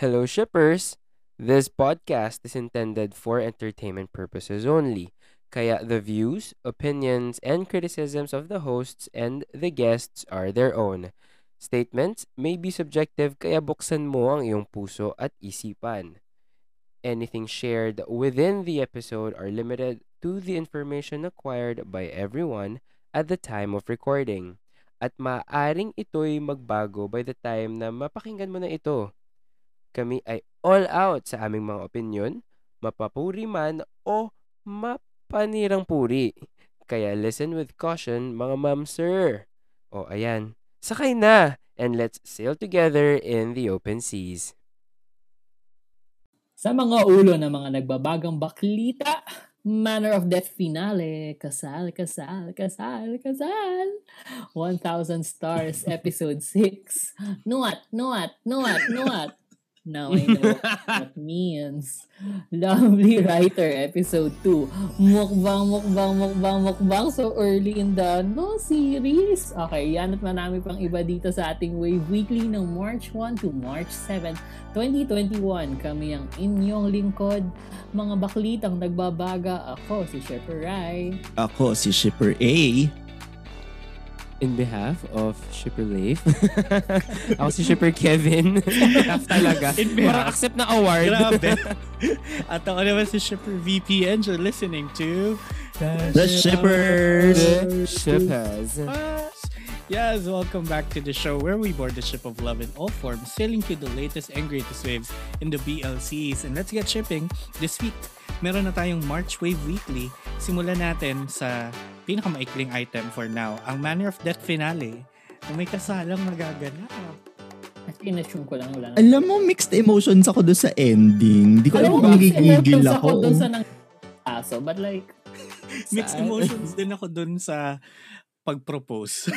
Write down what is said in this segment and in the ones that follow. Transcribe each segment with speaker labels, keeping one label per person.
Speaker 1: Hello, shippers! This podcast is intended for entertainment purposes only. Kaya the views, opinions, and criticisms of the hosts and the guests are their own. Statements may be subjective kaya buksan mo ang iyong puso at isipan. Anything shared within the episode are limited to the information acquired by everyone at the time of recording at maaaring ito'y magbago by the time na mapakinggan mo na ito. Kami ay all out sa aming mga opinion, mapapuri man o mapanirang puri. Kaya listen with caution mga ma'am sir. O ayan, sakay na and let's sail together in the open seas.
Speaker 2: Sa mga ulo ng mga nagbabagang baklita, Manner of Death Finale, kasal, kasal, kasal, kasal. 1,000 Stars Episode 6. Nuat, nuat, nuat, nuat. Now I know what that means. Lovely Writer Episode 2. Mukbang, mukbang, mukbang, mukbang. So early in the no series. Okay, yan at marami pang iba dito sa ating Wave Weekly ng March 1 to March 7, 2021. Kami ang inyong lingkod, mga baklitang nagbabaga. Ako si Shepard Rai.
Speaker 3: Ako si Shipper A.
Speaker 1: In behalf of Shipper Leif, ako si Shipper Kevin. Behalf talaga.
Speaker 3: In behalf.
Speaker 1: Parang accept na award.
Speaker 4: Grabe. At ako naman si Shipper VP and you're listening to
Speaker 3: The Shippers!
Speaker 1: The Shippers.
Speaker 4: Yes, welcome back to the show where we board the ship of love in all forms, sailing through the latest and greatest waves in the BLCs. And let's get shipping this week. Meron na tayong March Wave Weekly. Simulan natin sa pinakamaikling item for now, ang Manner of Death Finale. Kung may kasalang magaganap.
Speaker 2: At in-assume ko lang wala. na-
Speaker 3: Alam mo, mixed emotions ako doon sa ending. Di ko
Speaker 2: Alam
Speaker 3: alam
Speaker 2: mo,
Speaker 3: kung
Speaker 2: mixed
Speaker 3: magigigil
Speaker 2: emotions
Speaker 3: ako. oh.
Speaker 2: ako dun sa nang aso. But like,
Speaker 4: Mixed
Speaker 1: Saan?
Speaker 4: emotions din ako dun sa pag-propose.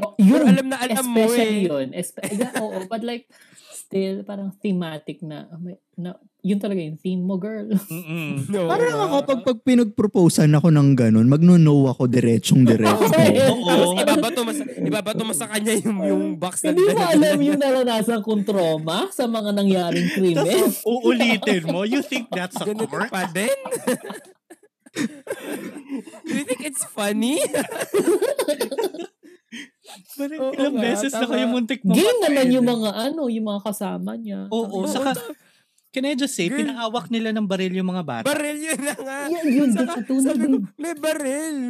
Speaker 2: oh, yun,
Speaker 1: Pero alam na alam mo
Speaker 2: especially
Speaker 1: eh.
Speaker 2: yun. Espe- yeah, oo, but like, still, parang thematic na, oh my- na yun talaga yung theme mo, girl.
Speaker 4: Mm-mm.
Speaker 1: No,
Speaker 3: Parang
Speaker 1: ma.
Speaker 3: ako, pag, pag pinag-proposan ako ng ganun, magno-no ako diretsong diretso.
Speaker 4: Oo.
Speaker 1: ibabato mas ibabato mas sa kanya yung yung box na
Speaker 2: Hindi mo alam yung naranasan kong trauma sa mga nangyaring krimen.
Speaker 4: Tapos uulitin mo, you think that's a
Speaker 1: Ganito
Speaker 4: court?
Speaker 1: pa din? Do you think it's funny?
Speaker 4: Parang
Speaker 1: Oo
Speaker 4: ilang
Speaker 1: nga,
Speaker 4: beses na
Speaker 1: tama.
Speaker 4: kayo muntik mo.
Speaker 2: Game naman yung mga ano, yung mga kasama niya.
Speaker 4: Oo,
Speaker 2: Sabi ko,
Speaker 4: saka, can I just say,
Speaker 1: Girl.
Speaker 4: pinahawak nila ng baril yung mga bata.
Speaker 1: baril yun na nga.
Speaker 2: Yan, yun,
Speaker 1: Saka,
Speaker 2: katunay
Speaker 1: sabi ko,
Speaker 2: dun.
Speaker 1: may baril.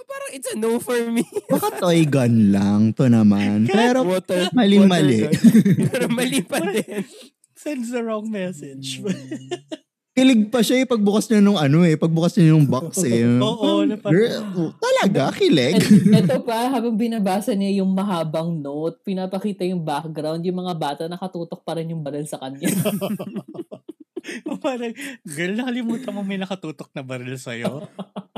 Speaker 1: Oh, Parang it's a no for me.
Speaker 3: Baka toy gun lang to naman. Pero
Speaker 1: water,
Speaker 3: maling-mali.
Speaker 1: water gun. Pero mali pa din.
Speaker 4: Sends the wrong message.
Speaker 1: Mm.
Speaker 3: Kilig pa siya eh, pagbukas niya nung ano eh, pagbukas niya nung box eh.
Speaker 4: Oo, na parang-
Speaker 3: Girl, oh, talaga, kilig.
Speaker 2: Ito pa, habang binabasa niya yung mahabang note, pinapakita yung background, yung mga bata nakatutok pa rin yung baril sa kanya.
Speaker 4: parang, girl, nakalimutan mo may nakatutok na baril sa'yo.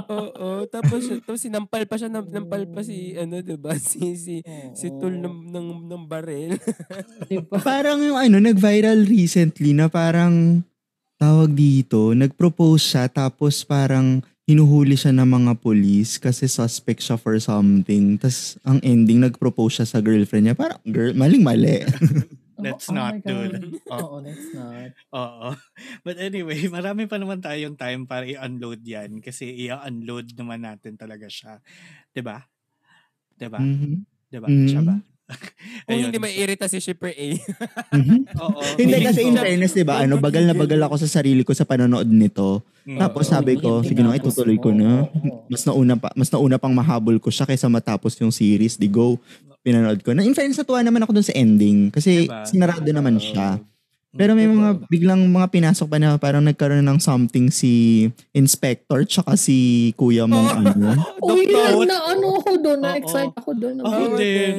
Speaker 1: Oo, tapos, tapos sinampal pa siya, nam- nampal pa si, ano, diba, si, si, si Tul ng, ng, ng baril.
Speaker 2: Diba?
Speaker 3: Parang yung ano, nag-viral recently na parang tawag dito, nag-propose siya tapos parang hinuhuli siya ng mga polis kasi suspect siya for something. Tapos ang ending, nag-propose siya sa girlfriend niya. Parang, girl, maling-mali.
Speaker 4: Let's
Speaker 2: Oh, oh
Speaker 4: not
Speaker 2: my
Speaker 4: do
Speaker 2: God.
Speaker 4: that. Oh.
Speaker 2: Oo, let's not.
Speaker 4: Oo. But anyway, marami pa naman tayong time para i-unload yan kasi i-unload naman natin talaga siya. 'Di ba? 'Di ba?
Speaker 3: Mhm.
Speaker 4: 'Di ba?
Speaker 3: Mhm.
Speaker 4: Siya ba?
Speaker 1: Kung hindi
Speaker 4: Ayun.
Speaker 1: maiirita si Shipper A.
Speaker 3: Mhm.
Speaker 4: Oo.
Speaker 3: Hindi kasi in
Speaker 4: Oo.
Speaker 3: fairness, diba, ano, bagal na bagal ako sa sarili ko sa panonood nito.
Speaker 4: Mm.
Speaker 3: Tapos sabi ko,
Speaker 2: Hindi
Speaker 3: sige na,
Speaker 2: tinapos
Speaker 3: itutuloy ko
Speaker 2: mo.
Speaker 3: na.
Speaker 2: Oo.
Speaker 3: Mas nauna, pa, mas nauna pang mahabol ko siya kaysa matapos yung series. Di go, pinanood ko. Na, in fairness, natuwa naman ako dun sa ending. Kasi
Speaker 4: Diba?
Speaker 3: sinarado naman siya.
Speaker 4: Mm.
Speaker 3: Pero may mga biglang mga pinasok pa na parang nagkaroon ng something si Inspector tsaka si Kuya mong ano.
Speaker 2: Uy,
Speaker 4: Doktor.
Speaker 2: na ano ako doon,
Speaker 4: Oo.
Speaker 2: na-excite ako doon. ano.
Speaker 4: Oo.
Speaker 2: Uy,
Speaker 1: Ako
Speaker 4: din.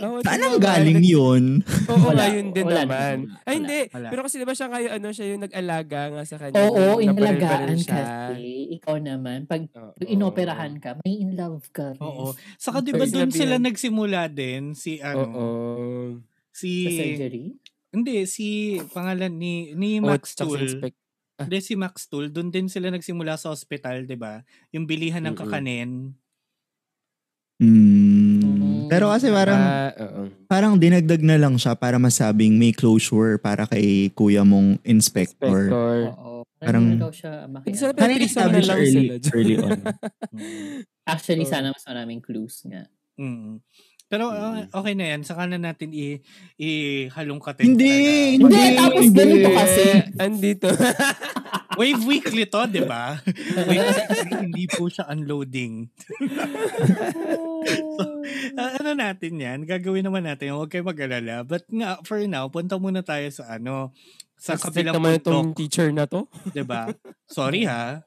Speaker 1: Ako
Speaker 3: Saan
Speaker 1: din
Speaker 3: ang
Speaker 1: naman.
Speaker 3: galing yun?
Speaker 1: Oo,
Speaker 2: Wala.
Speaker 1: wala, yun din
Speaker 2: Wala
Speaker 1: naman.
Speaker 2: naman.
Speaker 1: Ay,
Speaker 2: Wala.
Speaker 1: hindi.
Speaker 4: Wala.
Speaker 1: Pero kasi diba siya kayo, ano, siya yung nag-alaga nga sa kanya.
Speaker 2: Oo,
Speaker 1: Yung nabaril-baril
Speaker 2: inalagaan
Speaker 1: siya.
Speaker 2: kasi. Ikaw naman, pag
Speaker 1: Oo.
Speaker 2: pag inoperahan ka, may in love ka. rin.
Speaker 4: Oo. Saka di ba
Speaker 1: Pero
Speaker 4: doon
Speaker 1: sinabi
Speaker 4: sila
Speaker 1: yan.
Speaker 4: nagsimula din si ano?
Speaker 1: Oo.
Speaker 2: Sa
Speaker 4: Si
Speaker 2: surgery?
Speaker 4: Hindi si pangalan ni ni
Speaker 1: Oo, Oh,
Speaker 4: Max
Speaker 1: tsaka si
Speaker 4: Tool.
Speaker 1: Inspect-
Speaker 4: Hindi si Max Tool, doon din sila nagsimula sa hospital, 'di ba? Yung bilihan ng
Speaker 1: Mm-mm.
Speaker 4: kakanin.
Speaker 3: Mm. Pero kasi parang,
Speaker 1: Ah, oo.
Speaker 3: parang dinagdag na lang siya para masabing may closure para kay kuya mong inspector.
Speaker 1: Inspector.
Speaker 2: Oo.
Speaker 3: Parang-
Speaker 2: Parang, daw siya
Speaker 1: Hindi
Speaker 2: makialam.
Speaker 1: sila
Speaker 3: Parang
Speaker 1: pinag-usapan
Speaker 3: established
Speaker 1: lang
Speaker 3: early,
Speaker 1: sila. Joke.
Speaker 3: early on.
Speaker 2: Actually,
Speaker 1: Oo.
Speaker 2: sana mas maraming clues nga.
Speaker 4: Mm. Pero uh, okay na yan. Saka na natin i- ihalongkatin.
Speaker 3: Hindi,
Speaker 4: talaga.
Speaker 3: hindi,
Speaker 4: Pag-
Speaker 2: tapos
Speaker 4: Wave-
Speaker 2: ganito kasi.
Speaker 1: Andito.
Speaker 4: Wave weekly to, di ba? Wave weekly, hindi po siya unloading. Ah, ano natin yan? Gagawin naman natin. Huwag kayo mag-alala. But nga, for now, punta muna tayo sa ano, sa
Speaker 1: Strict
Speaker 4: kabilang
Speaker 1: naman
Speaker 4: bundok,
Speaker 1: itong teacher na to.
Speaker 4: di ba? Sorry ha.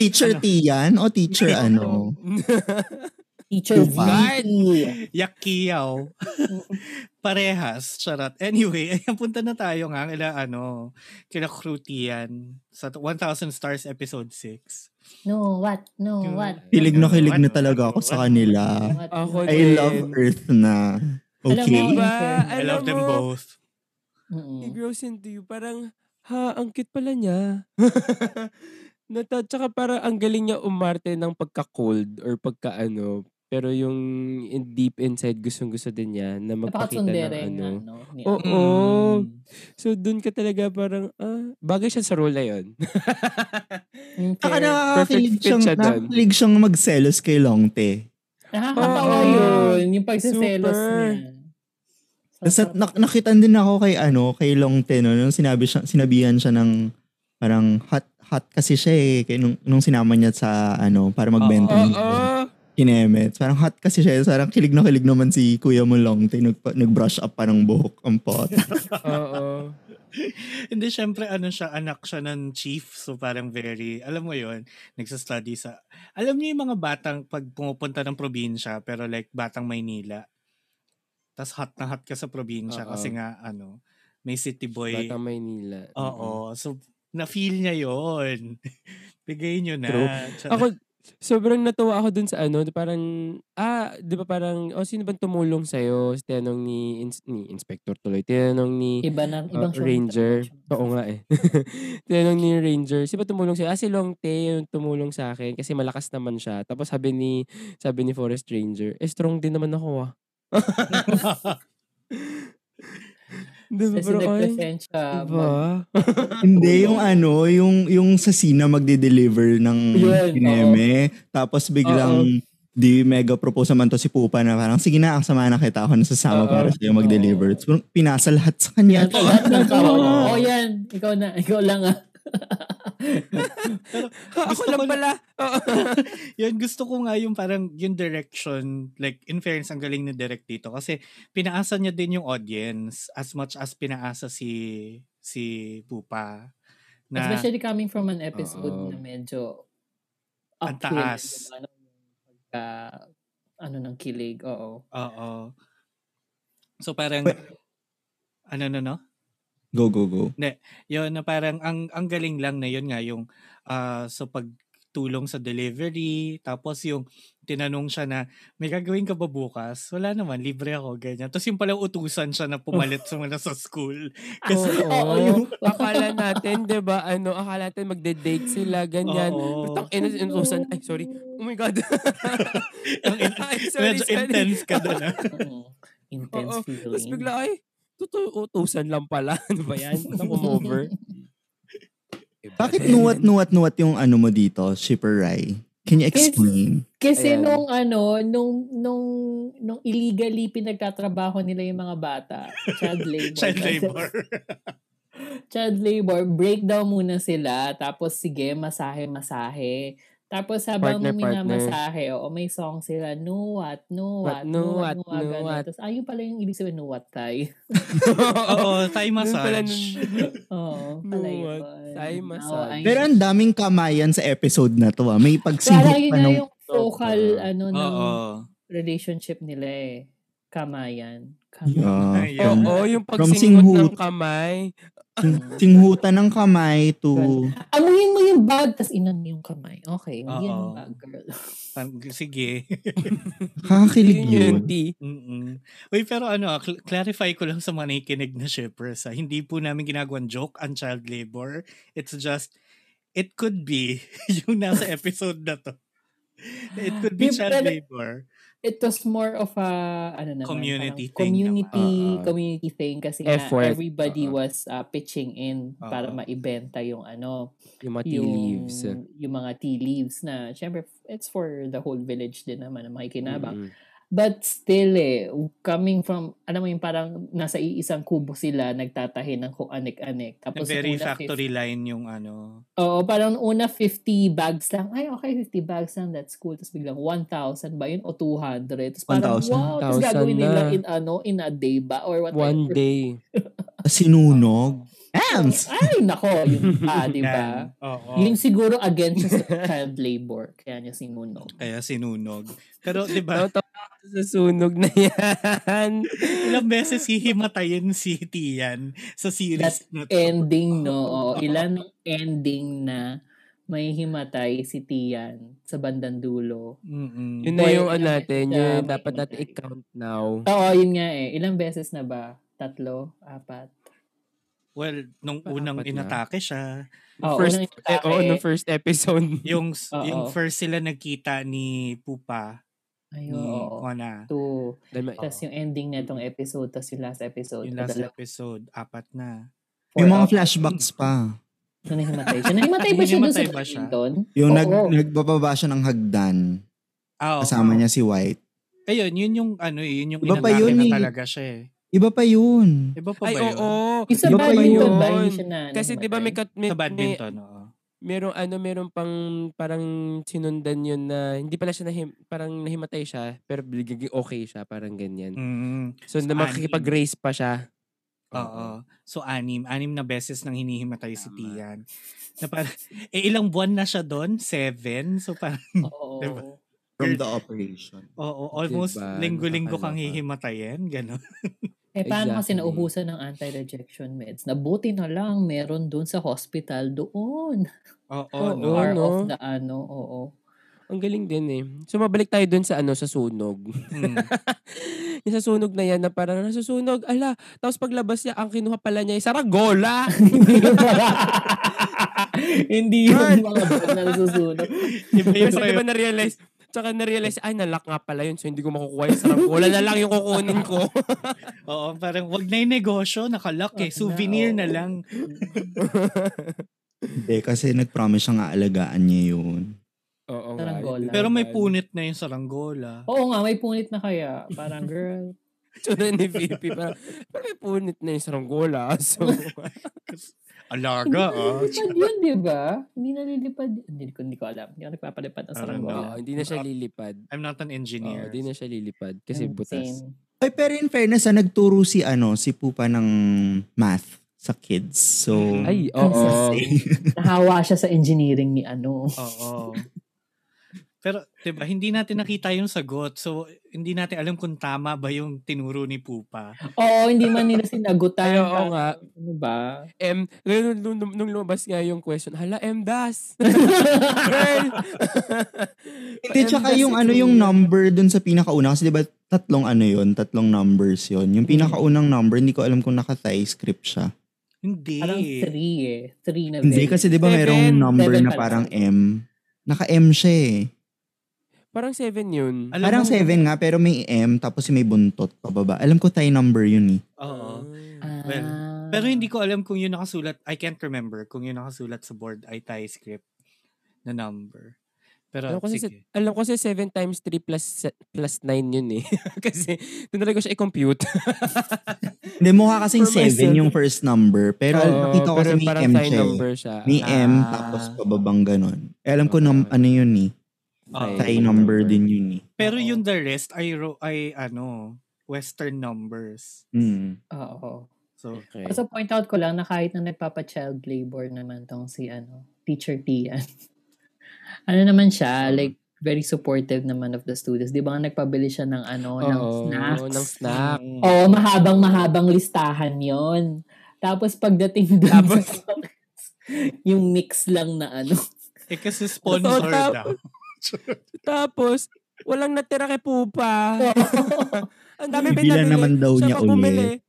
Speaker 3: Teacher T yan o teacher ano?
Speaker 2: Teacher V.
Speaker 3: Diba?
Speaker 4: Yakiyaw. Parehas. Charot. Anyway, ayan, punta na tayo nga kila, ano, kila Krutian sa 1000 Stars Episode 6.
Speaker 2: No, what? No, what?
Speaker 3: Kilig na kilig na talaga ako sa kanila.
Speaker 2: What?
Speaker 1: Ako
Speaker 3: I love Earth na.
Speaker 2: Alam
Speaker 3: Okay.
Speaker 2: mo,
Speaker 1: Diba?
Speaker 4: I
Speaker 1: Alam
Speaker 4: love them
Speaker 1: mo,
Speaker 4: both.
Speaker 1: He
Speaker 2: Mm-mm.
Speaker 1: grows into you. Parang, ha, ang cute pala niya. Nata, tsaka parang ang galing niya umarte ng pagka-cold or pagka-ano. Pero yung in deep inside, gustong-gusto din niya na magpakita ng
Speaker 2: Napakasundere
Speaker 1: ano.
Speaker 2: nga, no? Ni-
Speaker 4: Oh,
Speaker 1: Oo. Hmm. So, dun ka talaga parang, ah, bagay siya sa role na yun.
Speaker 2: Mm,
Speaker 3: Saka
Speaker 2: fair.
Speaker 3: nakakakilig
Speaker 1: Perfect fit
Speaker 3: siyang,
Speaker 1: siya doon.
Speaker 3: nakakakilig siyang magselos kay Longte.
Speaker 2: Nakakatawa
Speaker 1: Oo.
Speaker 2: yun. Yung pagsiselos
Speaker 1: Super.
Speaker 2: niya.
Speaker 3: Tapos at, nak- nakita din ako kay ano, kay Longte no, nung sinabi siya, sinabihan siya ng parang hot hot kasi siya eh kay nung, nung sinama niya sa ano para magbenta
Speaker 1: Oo.
Speaker 3: ng kinemets. Parang hot kasi siya, parang kilig na kilig naman si Kuya mo Longte nag nag-brush up pa ng buhok ang pot.
Speaker 1: Oo.
Speaker 4: Hindi, syempre, ano siya, anak siya ng chief. So, parang very, alam mo yon nagsastudy sa, alam niyo yung mga batang pag pumupunta ng probinsya, pero like, batang Maynila. tas hot na hot ka sa probinsya
Speaker 1: Oo.
Speaker 4: kasi nga, ano, may city boy.
Speaker 1: Batang Maynila. mm.
Speaker 4: Oo. So, na-feel niya yon Bigay niyo na.
Speaker 1: True.
Speaker 4: Tsaka-
Speaker 1: Ako, sobrang natuwa ako dun sa ano, parang, ah, di ba parang, oh, sino bang tumulong sa'yo? Tinanong ni, ins- ni Inspector tuloy, tinanong ni
Speaker 2: Iba na,
Speaker 1: ah,
Speaker 2: ibang show.
Speaker 1: Ranger. Oo nga eh. tinanong ni Ranger, sino ba tumulong sa'yo? Ah, si Long Tae yung tumulong sa akin kasi malakas naman siya. Tapos sabi ni, sabi ni Forest Ranger, eh, strong din naman ako ah. Di ba,
Speaker 2: Kasi
Speaker 1: bro? Ay,
Speaker 2: nag-present siya.
Speaker 1: diba?
Speaker 3: Hindi, yung ano, yung, yung sa Sina magde-deliver ng
Speaker 2: Yun,
Speaker 3: kineme. Tapos biglang, di mega propose naman to si Pupa na parang, sige na, ang sama na kita ako nasasama
Speaker 1: Oo.
Speaker 3: para sa'yo mag-deliver. So, pinasa lahat sa kanya.
Speaker 2: Ito, lahat ng kawa ko.
Speaker 1: Oo.
Speaker 2: Oh, yan. Ikaw na. Ikaw lang ah.
Speaker 1: Ha, ako
Speaker 4: Gusto
Speaker 1: lang
Speaker 4: ko-
Speaker 1: pala. Oo.
Speaker 4: Yun, gusto ko nga yung parang yung direction, like, in fairness, ang galing ni Direct dito. Kasi pinaasa niya din yung audience as much as pinaasa si si Pupa. Na,
Speaker 2: Especially coming from an episode
Speaker 1: Oo.
Speaker 2: na medyo
Speaker 4: Ang
Speaker 2: uphill,
Speaker 4: taas.
Speaker 2: Ano, pagka, ano ng kilig, oo.
Speaker 4: oo. So parang,
Speaker 3: Well-
Speaker 4: ano no no?
Speaker 3: Go, go, go.
Speaker 4: Yun, na parang ang, ang galing lang na yun nga, yung ah, sa pagtulong sa delivery, tapos yung tinanong siya na, may gagawin ka ba bukas? Wala naman, libre ako, ganyan. Tapos yung palang utusan siya na pumalit sa mga sa school. Kasi,
Speaker 1: Oo.
Speaker 2: Oo, yung-
Speaker 1: akala natin, di ba, ano, akala natin magde-date sila, ganyan.
Speaker 4: Oo.
Speaker 1: Putang ina, inutusan. Ay, sorry. Oh my God.
Speaker 4: Ang in-
Speaker 1: Ay, sorry,
Speaker 4: medyo
Speaker 1: sorry.
Speaker 4: intense ka doon. ah.
Speaker 2: Mm.
Speaker 1: Oo.
Speaker 2: Intense feeling.
Speaker 1: Tapos bigla, ay, totoo, utusan lang pala. Ano ba yan? Nang over.
Speaker 3: Bakit nuwat-nuwat-nuwat yung ano mo dito, Shipper Rai? Can you explain?
Speaker 2: Kasi
Speaker 1: Ayan.
Speaker 2: nung ano, nung, nung, nung illegally pinagtatrabaho nila yung mga bata, child labor.
Speaker 4: Child labor.
Speaker 2: child labor, break daw muna sila. Tapos sige, masahe-masahe. Tapos habang
Speaker 1: Partner, partner.
Speaker 2: minamasahe, oo, may song sila, no what, no what,
Speaker 1: What,
Speaker 2: no what, no
Speaker 1: nuwat, nuwat.
Speaker 2: what. Tapos ayun pala yung ibig sabihin, no what tayo.
Speaker 4: Oo, Thai massage.
Speaker 2: Oo,
Speaker 1: No
Speaker 2: pala
Speaker 1: what,
Speaker 2: yun.
Speaker 1: tayo
Speaker 2: Oo,
Speaker 1: massage.
Speaker 2: ayun.
Speaker 3: Pero ang daming kamayan sa episode na to. Ah. May
Speaker 2: Parang
Speaker 3: pagsihit
Speaker 2: yun
Speaker 3: pa
Speaker 2: na
Speaker 3: nung...
Speaker 2: yung focal ano ng
Speaker 4: Oo.
Speaker 2: relationship nila eh. Kamayan. Kamayan.
Speaker 4: Ayun.
Speaker 3: Yeah. From,
Speaker 1: Oo, yung
Speaker 3: From
Speaker 1: pagsingot ng
Speaker 3: singhut.
Speaker 1: kamay.
Speaker 3: singhutan ng kamay to...
Speaker 2: Amuhin mo yung bag, tas inan mo yung kamay. Okay, hindi yan
Speaker 4: Oo.
Speaker 2: yung bag, girl.
Speaker 1: Ano?
Speaker 4: Parang, Sige.
Speaker 1: Yun
Speaker 3: Kakakilig yun.
Speaker 1: yun, T.
Speaker 4: Mm-mm. Uy, pero ano, ah, cl- clarify ko lang sa mga nakikinig na shippers. ah, Hindi po namin ginagawang joke ang child labor. It's just, it could be yung nasa episode na to. It could be
Speaker 2: Di-
Speaker 4: child
Speaker 2: pero-
Speaker 4: labor.
Speaker 2: it was more of a ano naman,
Speaker 4: Community
Speaker 2: parang
Speaker 4: thing
Speaker 2: community
Speaker 3: naman. Oo.
Speaker 2: community thing kasi
Speaker 1: Effort.
Speaker 2: nga everybody
Speaker 3: Oo.
Speaker 2: was uh, pitching in para
Speaker 4: Oo.
Speaker 2: maibenta yung ano
Speaker 1: Yung mga tea
Speaker 2: yung
Speaker 1: leaves.
Speaker 2: yung mga tea leaves na syempre it's for the whole village din naman na makikinabang
Speaker 1: Mm-mm.
Speaker 2: but still eh coming from alam mo yung parang nasa iisang kubo sila nagtatahi ng kung anik-anik
Speaker 1: Oh,
Speaker 4: Na
Speaker 2: tapos
Speaker 4: very
Speaker 2: una fif-
Speaker 4: factory line yung ano.
Speaker 2: Oo, parang una 50 bags lang. Ay, okay, 50 bags lang, that's cool. Tapos biglang 1,000 ba yun? O 200? Tapos parang,
Speaker 3: 1,000.
Speaker 2: wow, tapos
Speaker 1: 1,000
Speaker 2: gagawin nila
Speaker 1: na.
Speaker 2: in ano, in a day ba? Or whatever.
Speaker 1: One day.
Speaker 3: Sinunog. Ams!
Speaker 2: Ay, nako, yun pa, di
Speaker 1: Diba?
Speaker 2: ba?
Speaker 4: Yan. Oo.
Speaker 2: Yun siguro against sa child labor. Kaya niya sinunog.
Speaker 4: Kaya sinunog. Pero di ba,
Speaker 1: Totoo sa sunog na yan.
Speaker 4: ilang beses hihimatayin si Tian sa series na to.
Speaker 2: Ending, no? Oo, ilan ang ending na may himatay si Tian sa bandang dulo.
Speaker 4: Mm-mm.
Speaker 1: Yun na
Speaker 2: Boy,
Speaker 1: yung
Speaker 2: yun
Speaker 1: ano
Speaker 2: na
Speaker 1: natin.
Speaker 2: siya,
Speaker 1: Yun
Speaker 2: may
Speaker 1: yung dapat natin
Speaker 2: impact.
Speaker 1: i-count now.
Speaker 2: Oo, yun nga eh. Ilang beses na ba? Tatlo? Apat?
Speaker 4: Well, nung
Speaker 1: Paapat
Speaker 4: unang
Speaker 1: na.
Speaker 4: inatake siya,
Speaker 2: Oo,
Speaker 1: first,
Speaker 2: unang
Speaker 1: eh,
Speaker 2: atake.
Speaker 1: oo, no first episode.
Speaker 4: yung s-
Speaker 2: Oo.
Speaker 4: yung first sila nagkita ni Pupa,
Speaker 2: Ay,
Speaker 4: ni
Speaker 2: oo.
Speaker 4: Kona,
Speaker 2: Two.
Speaker 1: Dahil ma-
Speaker 2: Tapos yung ending na itong episode, tapos yung last episode.
Speaker 4: yung last episode, apat na.
Speaker 3: May mga flashbacks pa.
Speaker 2: So, nahimatay siya. Nahimatay ba siya doon
Speaker 4: Nahimatay
Speaker 2: sa
Speaker 4: ba siya?
Speaker 2: Clinton?
Speaker 3: Yung
Speaker 2: Oo.
Speaker 3: nag, nagbababa siya ng hagdan.
Speaker 4: Ah, oo.
Speaker 3: Kasama niya si White.
Speaker 4: Ayun, yun yung ano, eh, yun yung
Speaker 3: Iba pa
Speaker 4: inatake
Speaker 3: yun
Speaker 4: na
Speaker 3: eh.
Speaker 4: talaga siya eh.
Speaker 3: Iba pa yun.
Speaker 4: Iba pa
Speaker 1: Ay,
Speaker 4: ba
Speaker 1: oo.
Speaker 4: yun?
Speaker 2: Yung sa
Speaker 3: Iba pa
Speaker 2: badminton
Speaker 3: yun.
Speaker 2: ba, hindi siya na
Speaker 1: Kasi di ba may,
Speaker 2: nahimatay?
Speaker 1: kat, may,
Speaker 4: Sa
Speaker 1: may,
Speaker 4: badminton, oo.
Speaker 1: merong ano, merong pang parang sinundan yun na hindi pala siya nahim, parang nahimatay siya pero bigiging okay siya, parang ganyan.
Speaker 4: Mm.
Speaker 1: So na makikipag-race pa siya.
Speaker 4: Oo. So, anim. Anim na beses nang hinihimatay si Tian. Na parang, eh, ilang buwan na siya doon? Seven? So, parang,
Speaker 2: Oo.
Speaker 4: Diba?
Speaker 3: From the operation.
Speaker 4: oo, almost
Speaker 1: Diba?
Speaker 4: linggo-linggo kang
Speaker 1: Nakakaloka.
Speaker 4: hihimatayin. Ganon.
Speaker 2: Eh, paano kasi
Speaker 1: Exactly.
Speaker 2: naubusan ng anti-rejection meds? Nabuti na lang meron doon sa hospital doon.
Speaker 4: Oo,
Speaker 1: Oo,
Speaker 4: no?
Speaker 2: Or
Speaker 1: no?
Speaker 2: of the ano, oo.
Speaker 1: Ang galing din eh. So mabalik tayo dun sa ano, sa sunog.
Speaker 4: Mm.
Speaker 1: yung sa sunog na yan na parang nasusunog, ala. Tapos paglabas niya, ang kinuha pala niya ay Saragola.
Speaker 2: Hindi
Speaker 1: Yan.
Speaker 2: yung mga buwan na nasusunog.
Speaker 4: Iba yun
Speaker 1: Kasi
Speaker 4: pa
Speaker 1: diba
Speaker 4: yun.
Speaker 1: na-realize, tsaka na-realize, ay, nalak nga pala yun. So, hindi ko makukuha yung Saragola na lang yung kukunin ko.
Speaker 4: Oo, parang wag na yung negosyo, nakalock eh.
Speaker 2: Wag na,
Speaker 4: Souvenir na,
Speaker 2: oo.
Speaker 4: lang.
Speaker 3: Hindi, kasi nag-promise siyang aalagaan niya yun.
Speaker 1: Oo nga.
Speaker 2: Saranggola.
Speaker 4: Pero may punit na yung saranggola.
Speaker 2: Oo nga, may punit na kaya. Parang, girl,
Speaker 1: Tsura ni Vivi, parang, pero may punit na yung Saragola. So,
Speaker 4: Alaga, ah.
Speaker 2: Hindi nalilipad yun, di ba? Hindi nalilipad. Hindi ko, hindi ko alam. Hindi ako nagpapalipad ng
Speaker 4: I don't
Speaker 2: saranggola.
Speaker 1: oo, hindi na siya lilipad.
Speaker 4: I'm not an
Speaker 1: Oo,
Speaker 4: engineer.
Speaker 1: hindi Oh, na siya lilipad. Kasi
Speaker 2: Mm,
Speaker 1: butas.
Speaker 2: same.
Speaker 3: Ay, pero in fairness, ah, nagturo si ano, si Pupa ng math sa kids. So,
Speaker 4: Mm.
Speaker 1: Ay,
Speaker 3: um,
Speaker 1: oo.
Speaker 2: Nahawa siya sa engineering ni ano.
Speaker 4: Oo. Pero, 'di ba hindi natin nakita yung sagot. So, hindi natin alam kung tama ba yung tinuro ni Pupa.
Speaker 2: Oo, hindi man nila sinagutan.
Speaker 1: Ay, oo
Speaker 2: Parang,
Speaker 1: nga.
Speaker 2: Ano ba?
Speaker 1: M, nung, nung, nung, nung lumabas nga yung question, hala, M das. Girl!
Speaker 3: Hindi,
Speaker 1: M
Speaker 3: tsaka
Speaker 1: das
Speaker 3: yung
Speaker 1: si
Speaker 3: ano yung
Speaker 1: Kuya.
Speaker 3: number dun sa pinakauna. Kasi diba tatlong ano yun, tatlong numbers yun. Yung pinakaunang number, hindi ko alam kung naka-Thai script siya.
Speaker 4: Hindi.
Speaker 2: Parang three eh. Three na
Speaker 3: Hindi,
Speaker 2: very-
Speaker 3: kasi diba
Speaker 1: Seven.
Speaker 3: mayroong number
Speaker 2: Seven
Speaker 3: na
Speaker 2: pala.
Speaker 3: parang M. Naka-M siya eh.
Speaker 1: Parang 7 yun.
Speaker 4: Alam
Speaker 3: Parang
Speaker 4: mo-
Speaker 3: 7 nga, pero may M, tapos may buntot pababa. Alam ko Thai number yun eh.
Speaker 4: Oo.
Speaker 1: Ah.
Speaker 2: Ah.
Speaker 4: Well, Pero hindi ko alam kung yun nakasulat. I can't remember kung yun nakasulat sa board ay tie script na number. Pero
Speaker 1: Alam ko, kasi,
Speaker 4: sige.
Speaker 1: alam ko kasi 7 times 3 plus, se- plus 9 yun eh. kasi tinry ko siya i-compute.
Speaker 3: Hindi, mukha kasing
Speaker 1: For myself.
Speaker 3: 7 yung first number. Pero
Speaker 1: Oo,
Speaker 3: nakita ko kasi
Speaker 1: pero
Speaker 3: may
Speaker 1: parang
Speaker 3: M
Speaker 1: thigh
Speaker 3: siya eh.
Speaker 1: number siya.
Speaker 3: May M,
Speaker 4: Ah.
Speaker 3: tapos pababang ganun. Eh, alam ko nam-
Speaker 1: Okay.
Speaker 3: ano yun eh.
Speaker 4: Oo.
Speaker 1: Thai
Speaker 3: Thai number din yun eh.
Speaker 4: Pero
Speaker 2: Oo.
Speaker 4: yung the rest ay, ro- ay ano, western numbers.
Speaker 3: Mm.
Speaker 2: Oo.
Speaker 4: So,
Speaker 1: Okay.
Speaker 2: So, point out ko lang na kahit na nagpapa-child labor naman tong si ano, Teacher Tian. ano naman siya,
Speaker 1: Oo.
Speaker 2: like, very supportive naman of the students. Di ba nga nagpabili siya ng ano, ng
Speaker 1: Oo,
Speaker 2: snacks?
Speaker 1: ng snack.
Speaker 4: mm,
Speaker 2: Oo, mahabang-mahabang listahan yon. Tapos pagdating dun
Speaker 1: Tapos-
Speaker 2: sa yung mix lang na ano.
Speaker 4: eh kasi
Speaker 1: Totoo,
Speaker 4: sponsor
Speaker 1: tama.
Speaker 4: daw.
Speaker 1: Tapos, walang natira kay Pupa. Ang dami pinabili.
Speaker 3: Bibilan naman daw
Speaker 1: Siya
Speaker 3: niya
Speaker 1: pa bumili.
Speaker 3: ulit.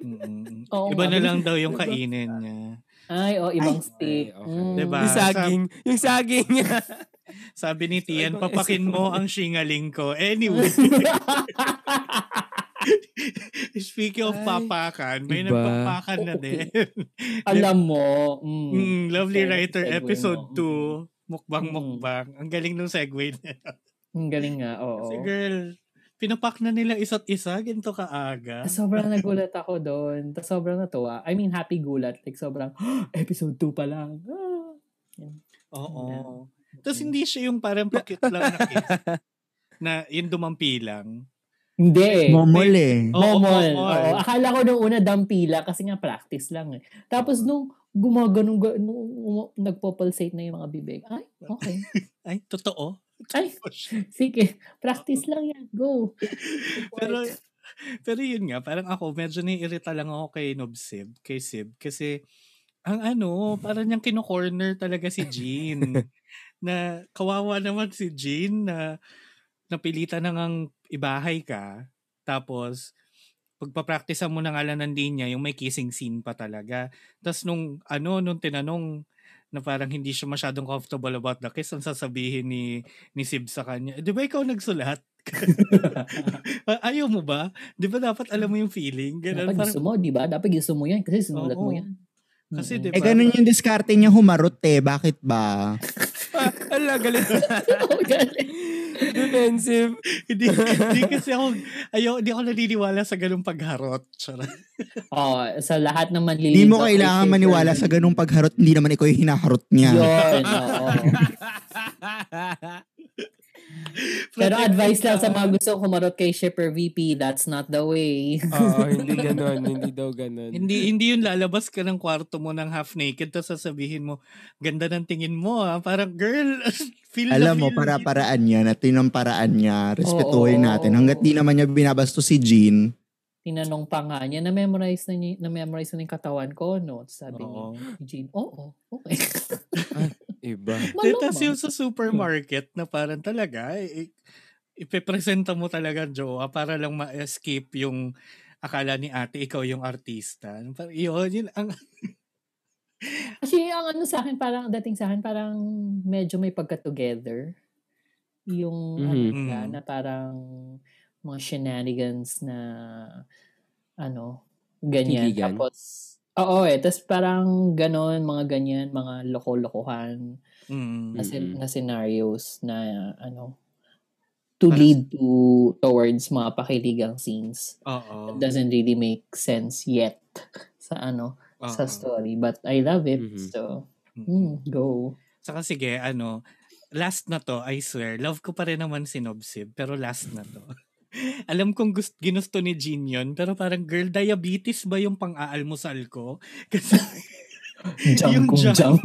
Speaker 4: Mm, mm.
Speaker 2: Oo
Speaker 4: Iba
Speaker 2: nga.
Speaker 4: na lang daw yung kainin niya.
Speaker 2: Ay, oh,
Speaker 1: Ay,
Speaker 2: ibang stick.
Speaker 1: okay.
Speaker 2: Mm.
Speaker 4: Diba?
Speaker 1: Yung saging. Yung saging.
Speaker 4: Sabi ni Tian,
Speaker 1: ibang
Speaker 4: papakin
Speaker 1: isip mo.
Speaker 4: mo ang singaling ko. Anyway,
Speaker 2: Mm.
Speaker 4: speaking of
Speaker 1: Ay,
Speaker 4: papakan, may
Speaker 1: iba.
Speaker 4: nagpapakan na
Speaker 2: Oo.
Speaker 4: din.
Speaker 2: Alam mo. Mm,
Speaker 4: Mm, Lovely
Speaker 2: Segue-
Speaker 4: Writer
Speaker 2: segue mo.
Speaker 4: episode 2. Mukbang
Speaker 2: Mm.
Speaker 4: mukbang. Ang galing nung segue na. yun.
Speaker 2: Ang galing nga, oo.
Speaker 4: Kasi girl, pinapak na nila isa't isa, ganito kaaga.
Speaker 2: Sobrang nagulat ako doon. Tapos sobrang natuwa. I mean, happy gulat. Like sobrang, episode 2 pa lang. Ah.
Speaker 4: Oo.
Speaker 2: Yeah.
Speaker 4: Tapos hindi siya yung parang pakit lang na kiss. na yung dumampi lang.
Speaker 2: Hindi eh.
Speaker 3: Momol eh.
Speaker 1: Oh,
Speaker 4: Oo,
Speaker 2: Momol.
Speaker 4: momol.
Speaker 2: Oo. Akala ko nung una dampila kasi nga practice lang eh. Tapos nung gumaganong, ga- nung umu- nagpo-pulsate na yung mga bibig. Ay, okay.
Speaker 4: Ay, totoo.
Speaker 2: Ay, sige. Practice lang yan. Go.
Speaker 4: Pero, pero yun nga, parang ako, medyo naiirita lang ako kay Nob Sib, kay Sib, kasi, ang ano, parang niyang kino-corner talaga si Jean. na kawawa naman si Jean na napilitan na ngang ibahay ka. Tapos, pagpapractice mo na nga lang ng linya, yung may kissing scene pa talaga. Tapos nung, ano, nung tinanong na parang hindi siya masyadong comfortable about the kiss, ang sasabihin ni, ni Sib sa kanya, "Eh, di ba ikaw nagsulat? Ah, Ayaw mo ba? Di ba dapat alam mo yung feeling? Ganun,
Speaker 2: Dapat
Speaker 4: parang,
Speaker 2: gusto mo, di ba? Dapat gusto mo yan kasi sinulat mo
Speaker 4: Oo.
Speaker 2: yan.
Speaker 4: Kasi
Speaker 2: Mm-mm.
Speaker 4: di
Speaker 3: Eh,
Speaker 4: ba?
Speaker 3: ganun yung diskarte niya humarot eh. Bakit ba?
Speaker 4: Ah, ala, galit.
Speaker 2: Oh, galing.
Speaker 1: Defensive.
Speaker 4: hindi, hindi kasi ako, ayaw, hindi ako naniniwala sa ganung pagharot. Charot.
Speaker 2: Oo, sa lahat ng manliligaw.
Speaker 3: Hindi mo
Speaker 2: kay
Speaker 3: kailangan
Speaker 2: Sir
Speaker 3: maniwala
Speaker 2: Ferdinand.
Speaker 3: sa ganung pagharot. Hindi naman ikaw yung hinaharot niya.
Speaker 2: Yun, oo. Pero advice lang sa mga gusto kumarot kay Shipper VP, that's not the way.
Speaker 1: Oo, hindi ganon. Hindi daw ganon.
Speaker 4: Hindi, hindi yun lalabas ka ng kwarto mo ng half naked tapos sasabihin mo, ganda ng tingin mo ah. Parang, girl, feel na
Speaker 3: Alam mo,
Speaker 4: feel yun.
Speaker 3: para-paraan niya. At yun ang paraan niya. Respetuhin
Speaker 2: Oo.
Speaker 3: natin. Hanggat di naman niya binabasto si Jean.
Speaker 2: Tinanong pa nga niya, na-memorize na, niya, na-memorize na yung katawan ko, no? Sabi
Speaker 4: Oo.
Speaker 2: ni Jean, oo, okay.
Speaker 1: Iba.
Speaker 4: Tapos
Speaker 2: Malamang.
Speaker 4: yung sa supermarket na parang talaga, i- ipipresenta mo talaga ang jowa para lang ma-escape yung akala ni ate, ikaw yung artista. Parang yun, yun ang,
Speaker 2: Actually, ang ano sa akin, parang ang dating sa akin, parang medyo may pagka-together. Yung ano
Speaker 1: Mhm.
Speaker 2: nila,
Speaker 4: Mm.
Speaker 2: na parang mga shenanigans na ano, ganyan.
Speaker 1: Titigan.
Speaker 2: Tapos, oo eh, tapos parang ganon, mga ganyan, mga loko-lokohan na,
Speaker 4: mm,
Speaker 2: sen-
Speaker 1: Mm-mm.
Speaker 2: na scenarios na ano, to lead to towards mga pakiligang scenes.
Speaker 4: oo.
Speaker 2: It doesn't really make sense yet sa ano, sa
Speaker 4: oo.
Speaker 2: story. But I love it.
Speaker 4: Mm-hmm.
Speaker 1: Mhm.
Speaker 2: So,
Speaker 4: Mm.
Speaker 2: mm, go.
Speaker 4: Saka sige, ano, last na to, I swear, love ko pa rin naman si Nobsib, pero last na to. Alam kong gust, ginusto ni Jean yun, pero parang, girl, diabetes ba yung pang-aalmusal ko? Kasi,
Speaker 2: Jump kung
Speaker 4: jam
Speaker 2: jump.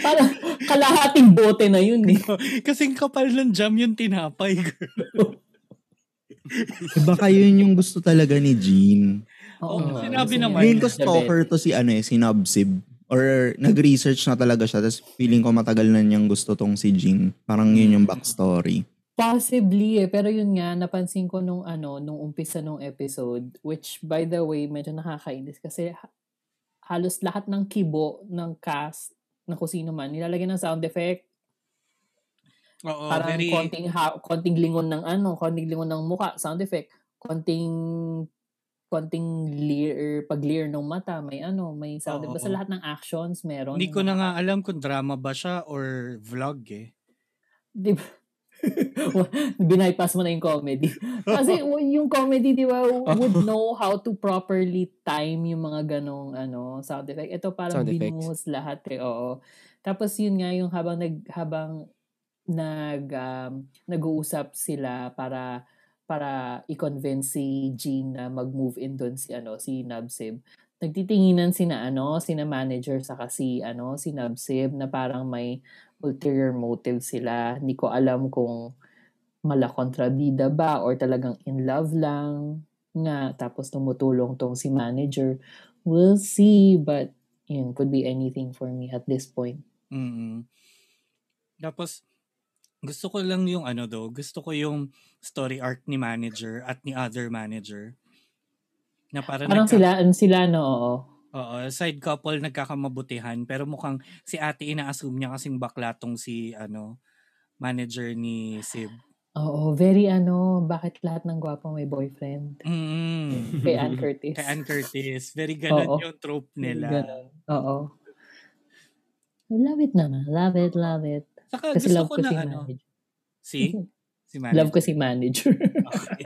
Speaker 2: Parang kalahating bote na yun eh.
Speaker 4: Kasing kapal ng jam yung tinapay, girl.
Speaker 3: Eh, baka yun yung gusto talaga ni Jean.
Speaker 4: Oo,
Speaker 2: nga.
Speaker 4: sinabi
Speaker 2: Gusto niya
Speaker 4: naman.
Speaker 3: Feeling
Speaker 2: yung
Speaker 3: ko stalker to si ano eh, si Nobsib. Or nag-research na talaga siya. Tapos feeling ko matagal na niyang gusto tong si Jean. Parang yun yung backstory.
Speaker 2: Possibly eh, pero yun nga, napansin ko nung ano, nung umpisa nung episode, which by the way, medyo nakakainis kasi ha- halos lahat ng kibo ng cast na kung sino man, nilalagay ng sound effect,
Speaker 4: Oo,
Speaker 2: parang
Speaker 4: Oh, very,
Speaker 2: konting, ha- konting lingon ng ano, konting lingon ng muka, sound effect, konting konting leer, pag-leer ng mata, may ano, may sound
Speaker 4: Oo,
Speaker 2: effect. Basta
Speaker 4: oo.
Speaker 2: lahat ng actions meron.
Speaker 4: hindi ko na nga alam kung drama ba siya or vlog eh.
Speaker 2: Di ba? Binypass mo na yung comedy. Kasi w- yung comedy, di ba, w- would know how to properly time yung mga ganong ano, sound effect. Ito parang
Speaker 1: Sound effects.
Speaker 2: binuhos lahat eh, oo. Tapos yun nga, yung habang nag, habang nag, um, nag-uusap sila para para i-convince si Jean na mag-move in doon si ano si Nabsib. Nagtitinginan sina ano, sina manager saka si ano si Nabsib na parang may ulterior motive sila. Hindi ko alam kung mala kontrabida ba or talagang in love lang nga tapos tumutulong tong si manager. We'll see but yun could be anything for me at this point.
Speaker 4: mm Tapos, gusto ko lang yung ano though, gusto ko yung story arc ni manager at ni other manager. Na parang,
Speaker 2: Parang
Speaker 4: nagka-
Speaker 2: sila sila no oo.
Speaker 4: Oo, side couple nagkakamabutihan pero mukhang si ate ina-assume niya kasing bakla tong si ano manager ni Sib.
Speaker 2: Oo, very ano, bakit lahat ng gwapo may boyfriend?
Speaker 4: Mm.
Speaker 2: Kay Ann Curtis.
Speaker 4: Kay Ann Curtis. Very ganun
Speaker 2: Oo.
Speaker 4: yung trope nila.
Speaker 2: Ganun. Oo. Love it naman. Love it, love it.
Speaker 4: Saka
Speaker 2: Kasi
Speaker 4: gusto
Speaker 2: love
Speaker 4: ko
Speaker 2: ko
Speaker 4: na
Speaker 2: si
Speaker 4: ano,
Speaker 2: manager.
Speaker 4: si si manager.
Speaker 2: Love ko si manager.
Speaker 4: Okay.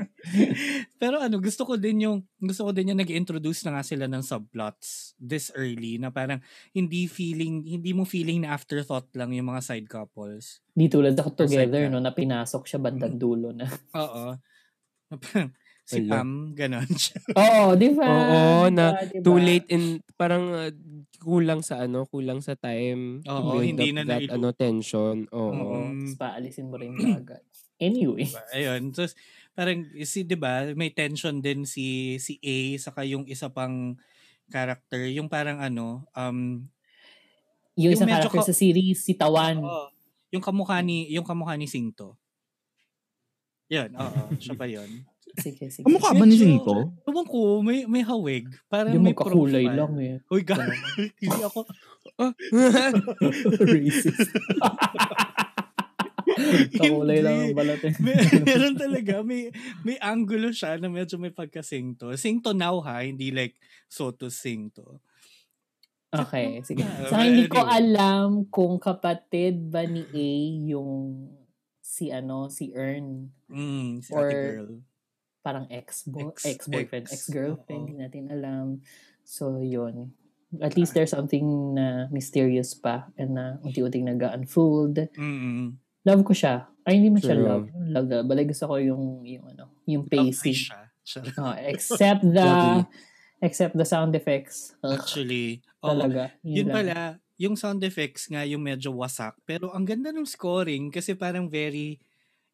Speaker 4: Pero ano, gusto ko din yung gusto ko din yung nag-introduce na nga sila ng subplots this early na parang hindi feeling hindi mo feeling na afterthought lang yung mga side couples.
Speaker 2: Di tulad ako
Speaker 4: Perfect
Speaker 2: together,
Speaker 4: na.
Speaker 2: no, na pinasok siya bandang
Speaker 4: Mm.
Speaker 2: dulo na.
Speaker 4: Oo. si
Speaker 1: Wala.
Speaker 4: Pam, ganon siya.
Speaker 2: Oo, di ba?
Speaker 1: Oo,
Speaker 2: Di
Speaker 1: na
Speaker 2: ba, di
Speaker 1: Too
Speaker 2: ba?
Speaker 1: late in parang uh, kulang sa ano, kulang sa time. to
Speaker 4: Oo,
Speaker 1: build
Speaker 4: hindi
Speaker 1: up
Speaker 4: na
Speaker 1: that
Speaker 4: nailu-
Speaker 1: ano tension. Oo.
Speaker 2: Oo, tapos
Speaker 4: Mm.
Speaker 2: paalisin mo rin agad. Anyway.
Speaker 4: Diba? Ayun. So, parang si 'di ba, may tension din si si A saka yung isa pang character, yung parang ano, um
Speaker 2: Yung,
Speaker 4: Yung
Speaker 2: isang
Speaker 4: medyo
Speaker 2: character
Speaker 4: ka-
Speaker 2: sa series, si Tawan.
Speaker 4: oo, yung kamukha ni yung kamukha ni Singto. Yun, oo, siya pa yun.
Speaker 2: Sige, sige.
Speaker 3: Kamukha ba ni
Speaker 4: Medyo-
Speaker 3: Sinto?
Speaker 4: Ewan ko, may, may hawig. Parang
Speaker 2: Hindi
Speaker 4: may
Speaker 2: mo kakulay
Speaker 4: profile.
Speaker 2: lang eh.
Speaker 4: Uy, gano'n. Hindi ako.
Speaker 2: Racist. kakulay lang ang
Speaker 4: Hindi.
Speaker 2: balat eh.
Speaker 4: May, meron talaga. May, may angulo siya na medyo may pagkasingto. Singto now ha, hindi like Soto singto.
Speaker 2: Okay, sige.
Speaker 4: Ah,
Speaker 2: Sa hindi
Speaker 4: anyway.
Speaker 2: ko alam kung kapatid ba ni A yung si ano, si Earn.
Speaker 4: Mm, si
Speaker 2: Or-
Speaker 4: ate girl.
Speaker 2: Parang ex
Speaker 4: Ex-
Speaker 2: ex-boyfriend,
Speaker 4: ex, oo.
Speaker 2: ex-girlfriend, hindi natin alam. So, yun. At least there's something na mysterious pa and na unti-unting nag-unfold.
Speaker 4: Mm-mm.
Speaker 2: Love ko siya. Ay, hindi man siya
Speaker 1: True.
Speaker 2: love. Love na. Balay gusto ko yung, yung ano, yung
Speaker 4: Lovely
Speaker 2: pacing.
Speaker 4: siya. Siya-
Speaker 2: Oh, except the,
Speaker 1: Lovely.
Speaker 2: except the sound effects. Ugh,
Speaker 4: Actually. oo.
Speaker 2: talaga.
Speaker 4: Yun
Speaker 2: lang.
Speaker 4: pala, yung sound effects nga yung medyo wasak. Pero ang ganda ng scoring kasi parang very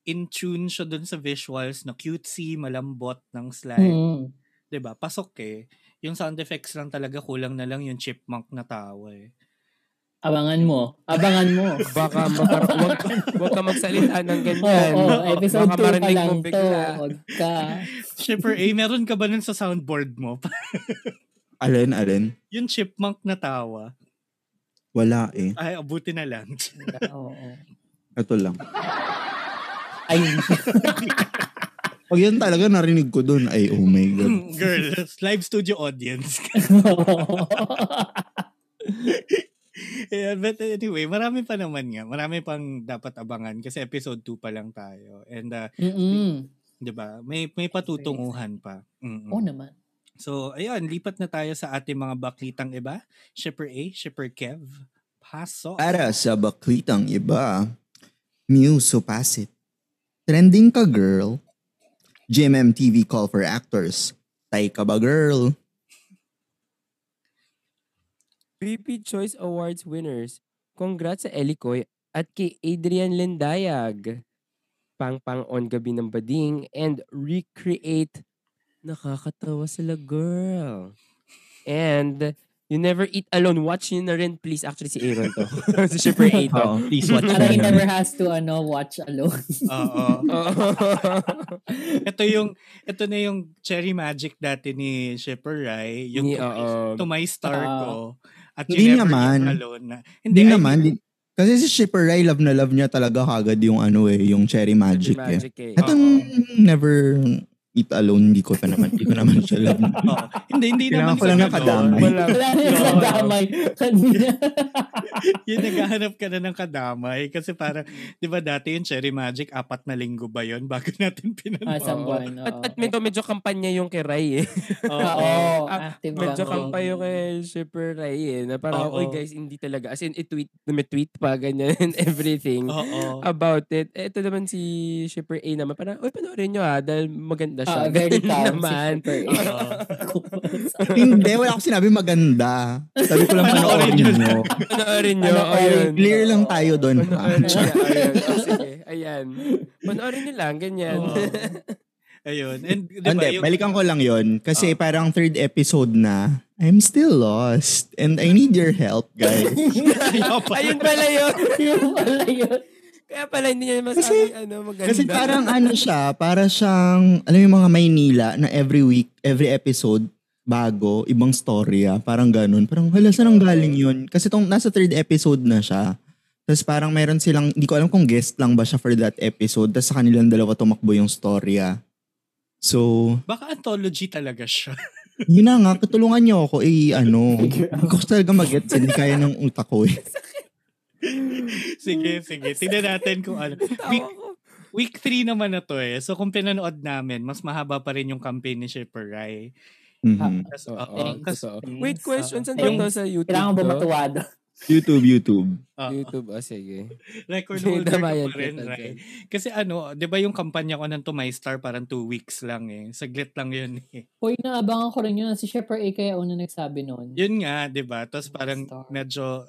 Speaker 4: in tune siya dun sa visuals na cutesy, malambot ng slide.
Speaker 2: Mm.
Speaker 4: 'di ba? Pasok eh. Yung sound effects lang talaga kulang na lang yung chipmunk na tawa eh.
Speaker 2: Abangan mo. Abangan mo.
Speaker 1: Baka makar- wag, wag ka magsalita ng
Speaker 2: Oo,
Speaker 1: ganyan.
Speaker 2: oo, episode
Speaker 1: Baka
Speaker 2: 2 pa
Speaker 1: marinig
Speaker 2: lang
Speaker 1: mo
Speaker 2: to.
Speaker 1: bigla.
Speaker 2: Huwag ka.
Speaker 4: Shipper A, meron ka ba nun sa soundboard mo?
Speaker 3: Alin, alin?
Speaker 4: yung chipmunk na tawa.
Speaker 3: Wala eh.
Speaker 4: Ay, abuti na lang.
Speaker 2: Oo.
Speaker 3: Ito lang.
Speaker 2: Ay,
Speaker 3: Pag yan talaga narinig ko dun, ay oh my God.
Speaker 4: Girl, live studio audience. Yeah, but anyway, marami pa naman nga. Marami pang dapat abangan kasi episode 2 pa lang tayo. And uh,
Speaker 2: Mm-mm.
Speaker 4: 'di ba? May may patutunguhan pa. Mm-mm.
Speaker 5: Oh,
Speaker 2: Oo naman.
Speaker 4: So, ayun, lipat na tayo sa ating mga baklitang iba. Shipper A, Shipper Kev, Pasok.
Speaker 3: Para sa baklitang iba, Muse Supasit. Trending ka girl. GMMTV call for actors. Tay ka ba girl?
Speaker 1: BP Choice Awards winners. Congrats sa Elikoy at kay Adrian Lendayag. Pang-pang on gabi ng bading and recreate. Nakakatawa sila, girl. And you never eat alone. Watch nyo na rin, please. Actually, si Aaron to. si Shipper A to.
Speaker 3: Oh.
Speaker 5: Oo, please watch
Speaker 2: Parang he
Speaker 5: na.
Speaker 2: never has to ano watch alone.
Speaker 4: Oo.
Speaker 1: Oo.
Speaker 4: ito yung ito na yung cherry magic dati ni Shipper Rai, yung
Speaker 1: Ni-
Speaker 4: to, my,
Speaker 1: oo.
Speaker 4: to my star
Speaker 2: Ah.
Speaker 4: ko at
Speaker 3: Hindi
Speaker 4: you never
Speaker 3: naman.
Speaker 4: Eat alone. na-
Speaker 3: Hindi
Speaker 4: I
Speaker 3: naman.
Speaker 4: mean,
Speaker 3: di- kasi si Shipper Rai, love na love niya talaga kagad yung ano eh, yung Cherry Magic, eh.
Speaker 1: Magic eh.
Speaker 3: Itong never eat alone, hindi ko pa naman, hindi ko naman siya love.
Speaker 4: oo. hindi hindi
Speaker 3: Kailangan
Speaker 4: naman
Speaker 3: ko lang
Speaker 4: sa
Speaker 3: nakadamay.
Speaker 4: ganun.
Speaker 1: Wala.
Speaker 2: Wala na sa damay. Kanina.
Speaker 4: yung naghahanap ka na ng kadamay kasi parang 'di ba dati yung cherry magic apat na linggo ba yon bago natin
Speaker 2: Ah,
Speaker 4: pinanood.
Speaker 2: isang buwan.
Speaker 1: At,
Speaker 2: oo.
Speaker 1: at medyo, medyo kampanya yung kay Rai eh.
Speaker 2: Oo.
Speaker 1: Ah,
Speaker 2: Active lang.
Speaker 1: Medyo kampay yung
Speaker 2: mm.
Speaker 1: kay Shipper Rai eh. Na parang,
Speaker 4: Oo.
Speaker 1: oy guys, hindi talaga. As in, i-tweet, tweet pa, ganyan, and everything
Speaker 4: Oo.
Speaker 1: about it. Eh, Ito naman si Shipper A naman. Parang, oy panoorin nyo ha, dahil maganda siya.
Speaker 2: Ah, very
Speaker 1: Ganyan
Speaker 2: calm
Speaker 1: naman.
Speaker 2: si Super A.
Speaker 4: Oo.
Speaker 3: hindi, wala akong sinabi maganda. Sabi ko lang panoorin
Speaker 4: Panoorin
Speaker 3: nyo.
Speaker 1: Panoorin nyo.
Speaker 2: Panoorin.
Speaker 1: O, yun.
Speaker 3: Clear lang tayo doon.
Speaker 1: Panoorin nyo. Ayun. O, Oh, sige. Ayan. Panoorin nyo lang. Ganyan.
Speaker 4: Oo. Ayun. And 'di ba
Speaker 3: Hindi,
Speaker 4: Diba, yung-
Speaker 3: balikan ko lang yon Kasi parang third episode na, I'm still lost and I need your help, guys.
Speaker 4: Kaya pala.
Speaker 1: Ayun pala yun.
Speaker 2: Yung pala yun.
Speaker 1: Kaya pala hindi niya masabi,
Speaker 3: Kasi-
Speaker 1: ano, maganda.
Speaker 3: Kasi parang ano siya, para siyang, alam mo yung mga Maynila na every week, every episode, bago, ibang story ah. Parang ganun. Parang hala, saan ang galing yun? Kasi tong nasa third episode na siya. Tapos parang meron silang, hindi ko alam kung guest lang ba siya for that episode. Tapos sa kanilang dalawa tumakbo yung story ah. So,
Speaker 4: Baka anthology talaga siya.
Speaker 3: yun na nga, katulungan niyo ako eh, ano. Hindi ko talaga mag-gets, hindi kaya ng utak ko eh.
Speaker 4: sige, sige. Tingnan natin kung ano. Week, week 3 naman na to eh. So kung pinanood namin, mas mahaba pa rin yung campaign ni Shipper Rai.
Speaker 3: Mhm.
Speaker 4: Tapos,
Speaker 1: Oo,
Speaker 4: oo,
Speaker 2: thanks.
Speaker 4: tas-
Speaker 1: Totoo.
Speaker 2: Thanks.
Speaker 1: Wait, questions.
Speaker 2: Oo.
Speaker 1: Ano to
Speaker 2: Thanks.
Speaker 1: sa YouTube?
Speaker 2: mm, Kailangan ba
Speaker 1: to?
Speaker 2: matuwado?
Speaker 3: YouTube, YouTube.
Speaker 4: oo.
Speaker 1: YouTube, ah, sige.
Speaker 4: record holder ka
Speaker 1: Damayan
Speaker 4: pa rin,
Speaker 1: kita
Speaker 4: Rai.
Speaker 1: dyan.
Speaker 4: Kasi ano, di ba yung kampanya ko ng To My Star parang two weeks lang eh. Saglit lang yun eh.
Speaker 2: Hoy, naabangan ko rin yun. Si Shepard A kaya una nagsabi nun.
Speaker 4: Yun nga, di ba? Tapos parang
Speaker 2: Star.
Speaker 4: medyo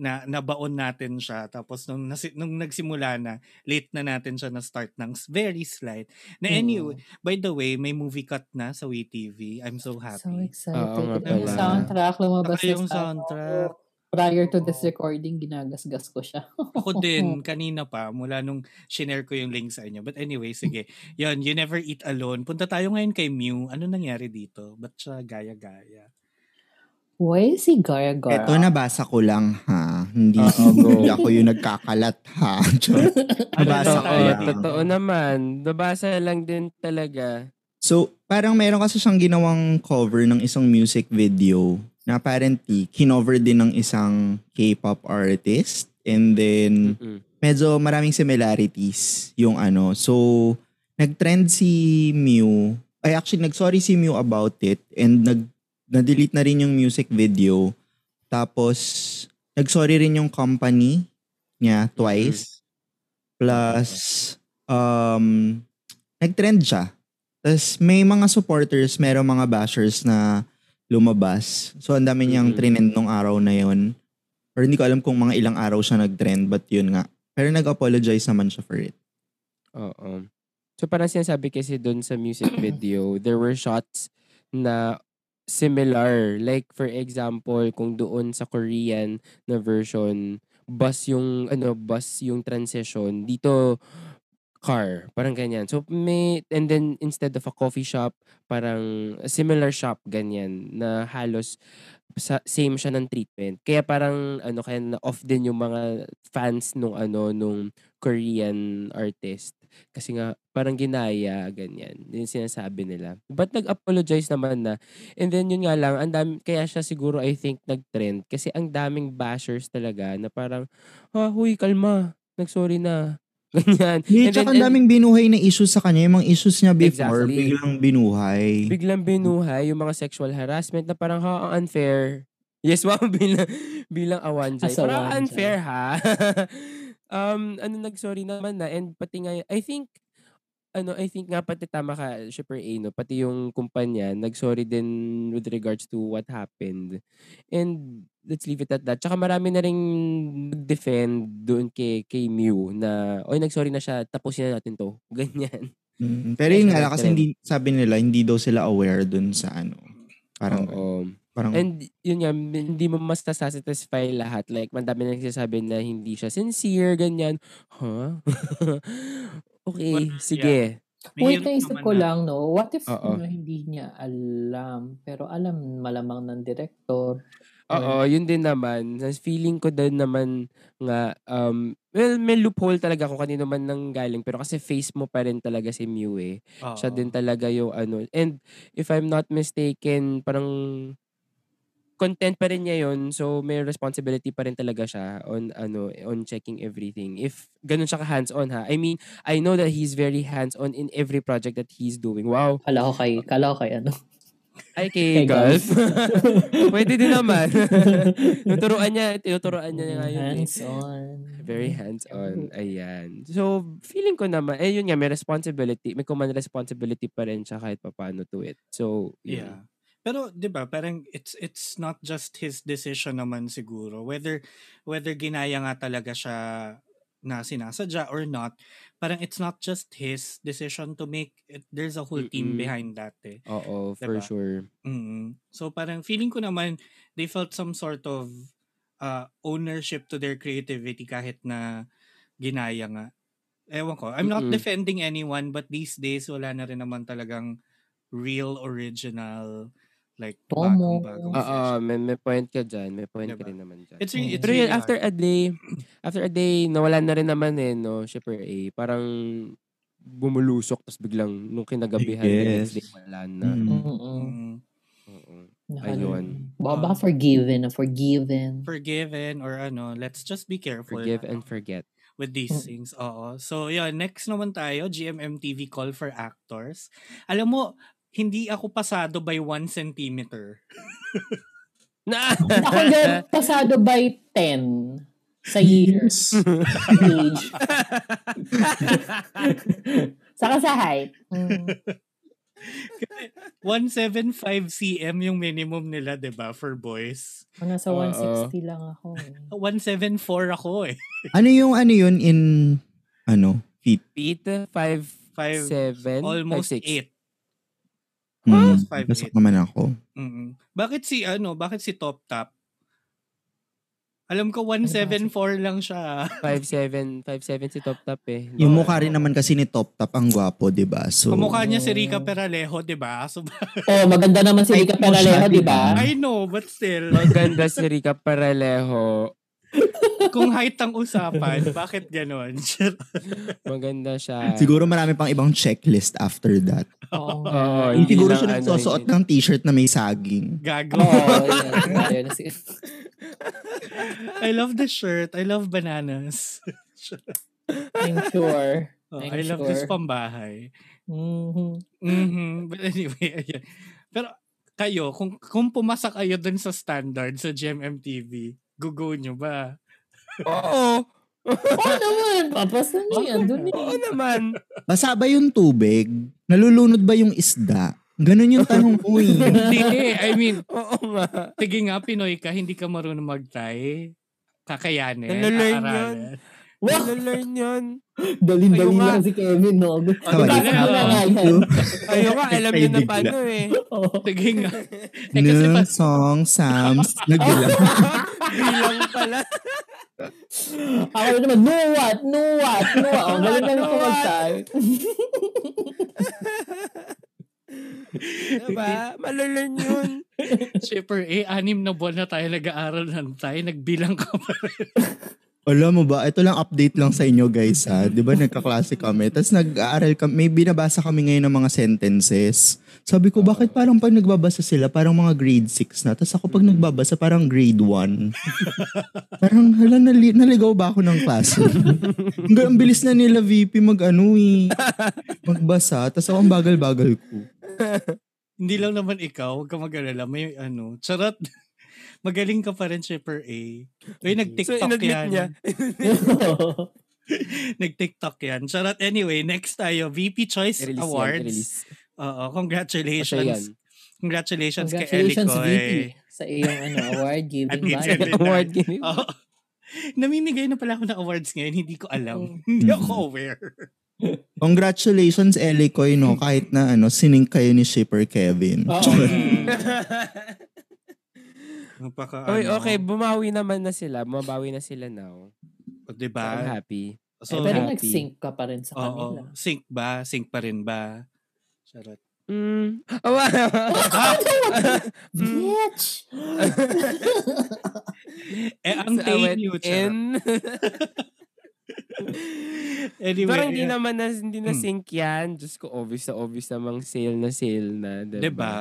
Speaker 4: na nabaon natin siya tapos nung nasi- nung nagsimula na late na natin siya na start ng s- very slight na anyway by the way may movie cut na sa WeTV I'm so happy
Speaker 2: So excited.
Speaker 1: Oo nga
Speaker 2: yung
Speaker 4: pala.
Speaker 2: soundtrack, lumabas
Speaker 4: Saka yung
Speaker 2: sa-
Speaker 4: soundtrack.
Speaker 2: Prior to this
Speaker 4: Oo.
Speaker 2: recording, ginagasgas ko siya.
Speaker 4: Ako din, kanina pa, mula nung shinare ko yung link sa inyo. But anyway, sige. Yun, You Never Eat Alone. Punta tayo ngayon kay Mew. Ano nangyari dito? Ba't siya gaya-gaya?
Speaker 2: Why si Gara Gara?
Speaker 3: Eto, nabasa ko lang ha. Hindi,
Speaker 1: Oo, ah. go.
Speaker 3: hindi ako yung nagkakalat ha. Charot. Nabasa
Speaker 4: Basa
Speaker 1: Totoo,
Speaker 3: ko
Speaker 4: tayo
Speaker 3: lang.
Speaker 1: totoo naman. Nabasa lang din talaga.
Speaker 3: So, parang meron kasi siyang ginawang cover ng isang music video na apparently, kinover din ng isang K-pop artist. And then,
Speaker 1: Mm-mm.
Speaker 3: medyo maraming similarities yung ano. So, nag-trend si Mew. Ay, actually, nag-sorry si Mew about it. And nag, na-delete na rin yung music video. Tapos, nag-sorry rin yung company niya twice. Plus, um, nag-trend siya. Tapos, may mga supporters, merong mga bashers na lumabas. So, ang dami niyang
Speaker 1: Mhm.
Speaker 3: trinend nung araw na yon. Or hindi ko alam kung mga ilang araw siya nag-trend, but yun nga. Pero nag-apologize naman siya for it.
Speaker 1: Oo. So parang sinasabi kasi doon sa music video, there were shots na similar. Like for example, kung doon sa Korean na version, bus yung ano, bus yung transition, dito car, parang ganyan. So may and then instead of a coffee shop, parang similar shop ganyan na halos sa, same siya ng treatment. Kaya parang ano kaya na off din yung mga fans nung ano nung Korean artist kasi nga parang ginaya ganyan yun yung sinasabi nila but nag-apologize naman na and then yun nga lang ang dami, kaya siya siguro I think nag-trend kasi ang daming bashers talaga na parang ah huy kalma nag-sorry na ganyan
Speaker 3: Hindi,
Speaker 1: And then-
Speaker 3: tsaka ang
Speaker 1: and-
Speaker 3: daming binuhay na issues sa kanya. Yung mga issues niya before,
Speaker 1: Exactly.
Speaker 3: biglang binuhay.
Speaker 1: biglang binuhay yung mga sexual harassment na parang ha, ang unfair. Yes, wow, bilang, bilang awanjay.
Speaker 2: As a
Speaker 1: Parang
Speaker 2: wanjay.
Speaker 1: unfair ha. um, ano, nag-sorry naman na. And pati nga, I think, ano, I think nga pati tama ka, Shipper A, no? Pati yung kumpanya, nag-sorry din with regards to what happened. And let's leave it at that. Tsaka marami na rin defend doon kay, kay Mew na, oy, nag-sorry na siya, tapusin na natin to. Ganyan.
Speaker 3: Mm, Pero yun nga lang,
Speaker 1: Trend.
Speaker 3: kasi hindi, sabi nila, hindi daw sila aware dun sa ano. Parang,
Speaker 1: Oo.
Speaker 3: parang
Speaker 1: And yun nga, m- hindi mo mas nasasatisfy lahat. Like, madami na nagsasabi na hindi siya sincere, ganyan. Huh? okay,
Speaker 4: But,
Speaker 1: sige.
Speaker 2: Wait,
Speaker 4: Mahirap
Speaker 2: naisip
Speaker 4: naman
Speaker 2: ko
Speaker 4: na-
Speaker 2: lang, no? What if
Speaker 1: Oo.
Speaker 2: no, hindi niya alam? Pero alam malamang ng director.
Speaker 1: Oo, yun din naman. Nas- Feeling ko din naman nga, um, well, may loophole talaga kung kanino man nang galing. Pero kasi face mo pa rin talaga si Mew eh.
Speaker 4: Oo.
Speaker 1: Siya din talaga yung ano. And if I'm not mistaken, parang content pa rin niya yun. So may responsibility pa rin talaga siya on ano on checking everything. If ganun siya ka hands-on ha. I mean, I know that he's very hands-on in every project that he's doing. Wow.
Speaker 2: Kala ko kay, kala ko kay ano.
Speaker 1: Ay kay
Speaker 2: Kay
Speaker 1: golf. Pwede din naman. Tinuturuan niya, tinuturuan niya nga yun. eh.
Speaker 2: Hands on.
Speaker 1: Very
Speaker 4: Mm-hmm.
Speaker 1: hands-on. Ayan. So, feeling ko naman, eh yun nga, may responsibility. May command responsibility pa rin siya kahit papano to it. So, yun.
Speaker 4: Yeah. Pero 'di ba, parang it's it's not just his decision naman siguro whether whether ginaya nga talaga siya na sinasadya or not. Parang it's not just his decision to make. It, there's a whole team
Speaker 1: Mm-mm.
Speaker 4: behind that. Eh.
Speaker 1: Oo, for
Speaker 4: Diba?
Speaker 1: sure.
Speaker 4: mm So parang feeling ko naman they felt some sort of uh, ownership to their creativity kahit na ginaya nga. Ewan ko. I'm not
Speaker 1: Mm-mm.
Speaker 4: defending anyone but these days wala na rin naman talagang real original Like,
Speaker 2: Tomo.
Speaker 1: Oo,
Speaker 4: bagong-bagong fashion.
Speaker 1: may, may point ka dyan. May point ka
Speaker 4: Diba?
Speaker 1: rin naman dyan.
Speaker 4: It's really,
Speaker 1: ah.
Speaker 4: it's
Speaker 1: Pero yun,
Speaker 4: really
Speaker 1: after
Speaker 4: hard.
Speaker 1: a day, after a day, nawala na rin naman eh, no? Shipper A, parang bumulusok, tapos biglang nung kinagabihan, the next
Speaker 3: Yes.
Speaker 1: day, wala na.
Speaker 3: Mm.
Speaker 2: Mm-mm.
Speaker 4: Mm.
Speaker 1: Oo. Ayun. Ah.
Speaker 2: Ayun. Baka
Speaker 4: Um,
Speaker 2: ba forgiven na forgiven?
Speaker 4: forgiven or ano, let's just be careful
Speaker 1: Forgive and
Speaker 4: ano,
Speaker 1: forget.
Speaker 4: with these
Speaker 2: Mm.
Speaker 4: things. Oo. So, yun, next naman tayo, GMM TV call for actors. Alam mo, hindi ako pasado by one centimeter.
Speaker 1: Na!
Speaker 2: Ako din, pasado by 10 sa years age. Saka sa height. Mm.
Speaker 4: 175 cm yung minimum nila, 'di ba for boys.
Speaker 2: Ako nasa
Speaker 1: Oo.
Speaker 2: 160 lang ako. eh.
Speaker 4: 174 ako eh.
Speaker 3: Ano yung ano yun in, ano, feet?
Speaker 1: Feet, 5,
Speaker 4: Five,
Speaker 1: 7,
Speaker 4: almost 8.
Speaker 3: Mm,
Speaker 1: Ah,
Speaker 4: Almost five
Speaker 3: Basak
Speaker 4: eight.
Speaker 3: Hmm. naman ako.
Speaker 4: Mm-mm. Bakit si ano, bakit si Top Top? Alam ko 174 lang siya.
Speaker 1: 5'7", 5'7 si Top Top eh.
Speaker 3: Yung
Speaker 1: Oo.
Speaker 3: mukha rin naman kasi ni Top Top ang gwapo, di ba? So,
Speaker 4: Kamukha niya si Rica Peralejo, 'di ba? So
Speaker 2: Oh, maganda naman si
Speaker 3: Ay,
Speaker 2: Rica
Speaker 3: hindi mo siya,
Speaker 2: Peralejo, di
Speaker 3: diba?
Speaker 2: ba?
Speaker 4: I know, but still.
Speaker 1: Maganda si Rica Paralejo.
Speaker 4: Kung height ang usapan, bakit ganon?
Speaker 1: Maganda siya.
Speaker 3: siguro marami pang ibang checklist after that.
Speaker 2: Oo. nga.
Speaker 1: Oo,
Speaker 3: Yung
Speaker 1: hindi
Speaker 3: siguro
Speaker 1: lang
Speaker 3: siya
Speaker 1: ano,
Speaker 3: nagsusuot
Speaker 1: hindi-
Speaker 3: ng t-shirt na may saging.
Speaker 4: Gago.
Speaker 2: Oo, oh, yun. Ayun.
Speaker 4: I love the shirt. I love bananas.
Speaker 2: I'm sure.
Speaker 4: Oh,
Speaker 2: I'm
Speaker 4: I love this
Speaker 2: sure.
Speaker 4: pambahay.
Speaker 2: Mhm.
Speaker 4: Mhm. But anyway, ayun. Pero kayo, kung, kung pumasa kayo dun sa standard sa GMMTV, gugo nyo ba?
Speaker 1: Oo.
Speaker 2: Oo Oh, naman, papas na niya. Andun eh.
Speaker 1: Oo naman.
Speaker 3: Basa ba yung tubig? Nalulunod ba yung isda? Ganun yung tanong ko eh.
Speaker 4: Hindi, I mean,
Speaker 1: Oo nga.
Speaker 4: sige nga, Pinoy ka, hindi ka marunong mag-try. Kakayanin,
Speaker 1: Nalalearn
Speaker 4: aaralan.
Speaker 2: Wow,
Speaker 1: Nalalearn yun.
Speaker 2: dalin-dali
Speaker 1: Ayun nga.
Speaker 2: lang si Kevin, no?
Speaker 4: Ano
Speaker 3: Tawag
Speaker 2: Pass
Speaker 3: yun.
Speaker 2: mo na nga yan.
Speaker 1: Ayaw ka, alam niyo na
Speaker 3: Ay, bigla.
Speaker 1: paano eh.
Speaker 2: Oo.
Speaker 4: Sige nga. Eh, kasi
Speaker 3: Nung
Speaker 4: pa-
Speaker 3: song Sam's nagbilang.
Speaker 1: Bilang pala.
Speaker 2: Ako rin naman, no what, no what, no what. Ang galing lang
Speaker 1: No
Speaker 2: ako
Speaker 1: what.
Speaker 2: mag-try.
Speaker 1: Diba? Malalearn yun.
Speaker 4: Shipper eh, anim na buwan na tayo nag-aaral ng tayo, nagbilang ka pa rin.
Speaker 3: Alam mo ba, ito lang update lang sa inyo guys ha. Di ba nagkaklase kami? Tapos nag-aaral kami, may binabasa kami ngayon ng mga sentences. Sabi ko, bakit parang pag nagbabasa sila, parang mga grade 6 na. Tapos ako pag nagbabasa, parang grade 1. parang, hala, nali- naligaw ba ako ng klase? Ang ang bilis na nila VP mag ano eh, magbasa. Tapos ako ang bagal-bagal ko.
Speaker 4: Hindi lang naman ikaw, huwag ka mag-alala. May ano, charot. Magaling ka pa rin, Shipper A. Uy,
Speaker 1: Mm-hmm. So,
Speaker 4: nag-tiktok
Speaker 1: inadmit
Speaker 4: yan.
Speaker 1: niya.
Speaker 2: Oh.
Speaker 4: Nag-tiktok yan. Charot. Anyway, next tayo, VP Choice
Speaker 1: I-release yan, i-release.
Speaker 4: Awards.
Speaker 1: Siya
Speaker 4: Oo,
Speaker 1: yan.
Speaker 4: congratulations. Congratulations,
Speaker 2: Congratulations,
Speaker 4: kay
Speaker 2: VP,
Speaker 4: Elicoy.
Speaker 2: sa iyong ano, award giving
Speaker 4: Admin
Speaker 2: body.
Speaker 4: sila.
Speaker 1: Award game.
Speaker 4: Oo. Namimigay na pala ako ng awards ngayon, hindi ko
Speaker 1: Mm-hmm.
Speaker 4: alam. hindi ako aware.
Speaker 3: Congratulations, Elicoy, no? Kahit na ano, sining kayo ni Shipper Kevin.
Speaker 2: Oo.
Speaker 4: Napaka,
Speaker 1: Oy,
Speaker 4: ano,
Speaker 1: okay, bumawi naman na sila. Bumabawi na sila now. So, I'm
Speaker 4: Diba?
Speaker 1: happy.
Speaker 4: So,
Speaker 1: I'm
Speaker 2: Pero
Speaker 1: happy.
Speaker 2: nag-sync ka pa rin sa kanila.
Speaker 4: Oo. Sync ba? Sync pa rin ba? Charot.
Speaker 1: Mm.
Speaker 4: Eh,
Speaker 1: Oh, wow.
Speaker 2: Bitch!
Speaker 4: Eh, ang
Speaker 1: So, I
Speaker 4: day
Speaker 1: went
Speaker 4: new, charot.
Speaker 1: in.
Speaker 4: Anyway,
Speaker 1: Pero hindi
Speaker 4: eh,
Speaker 1: naman na, hindi na
Speaker 4: Hmm.
Speaker 1: sync yan. Diyos ko, obvious na obvious namang sale na sale na. Diba?
Speaker 4: diba?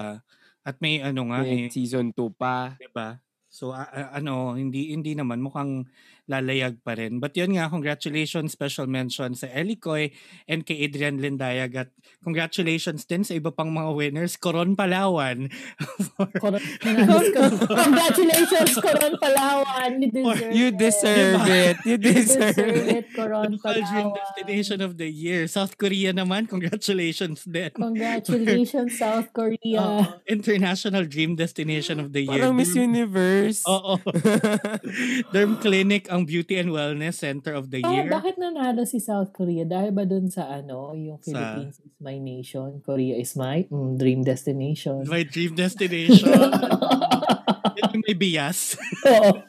Speaker 4: At may ano nga
Speaker 1: May
Speaker 4: eh,
Speaker 1: season 2 pa.
Speaker 4: diba? So, a- a- ano, hindi hindi naman mukhang lalayag pa rin. But yun nga, congratulations, special mention sa Elicoy and kay Adrian Lindayag at congratulations din sa iba pang mga winners, Coron Palawan.
Speaker 2: Coron- Kinalis ko. Congratulations, Coron Palawan.
Speaker 1: You
Speaker 2: You deserve
Speaker 1: deserve it. You
Speaker 2: it. eh, You
Speaker 1: deserve
Speaker 2: deserve
Speaker 1: it.
Speaker 2: it, Coron
Speaker 4: Local Dream
Speaker 2: Palawan.
Speaker 4: Destination of the Year. South Korea naman, congratulations din.
Speaker 2: Congratulations, South
Speaker 4: Oo,
Speaker 2: Korea.
Speaker 4: International Dream Destination of the Year.
Speaker 1: Parang Miss
Speaker 4: Derm-
Speaker 1: Universe.
Speaker 4: Oo. Derm Clinic ang Beauty and Wellness Center of the
Speaker 2: Ah,
Speaker 4: Year.
Speaker 2: bakit nanalo si South Korea? Dahil ba dun sa ano, yung
Speaker 4: Sa-
Speaker 2: Philippines is my nation, Korea is my mm, dream destination.
Speaker 4: My dream destination. Ito may bias.
Speaker 2: Oo.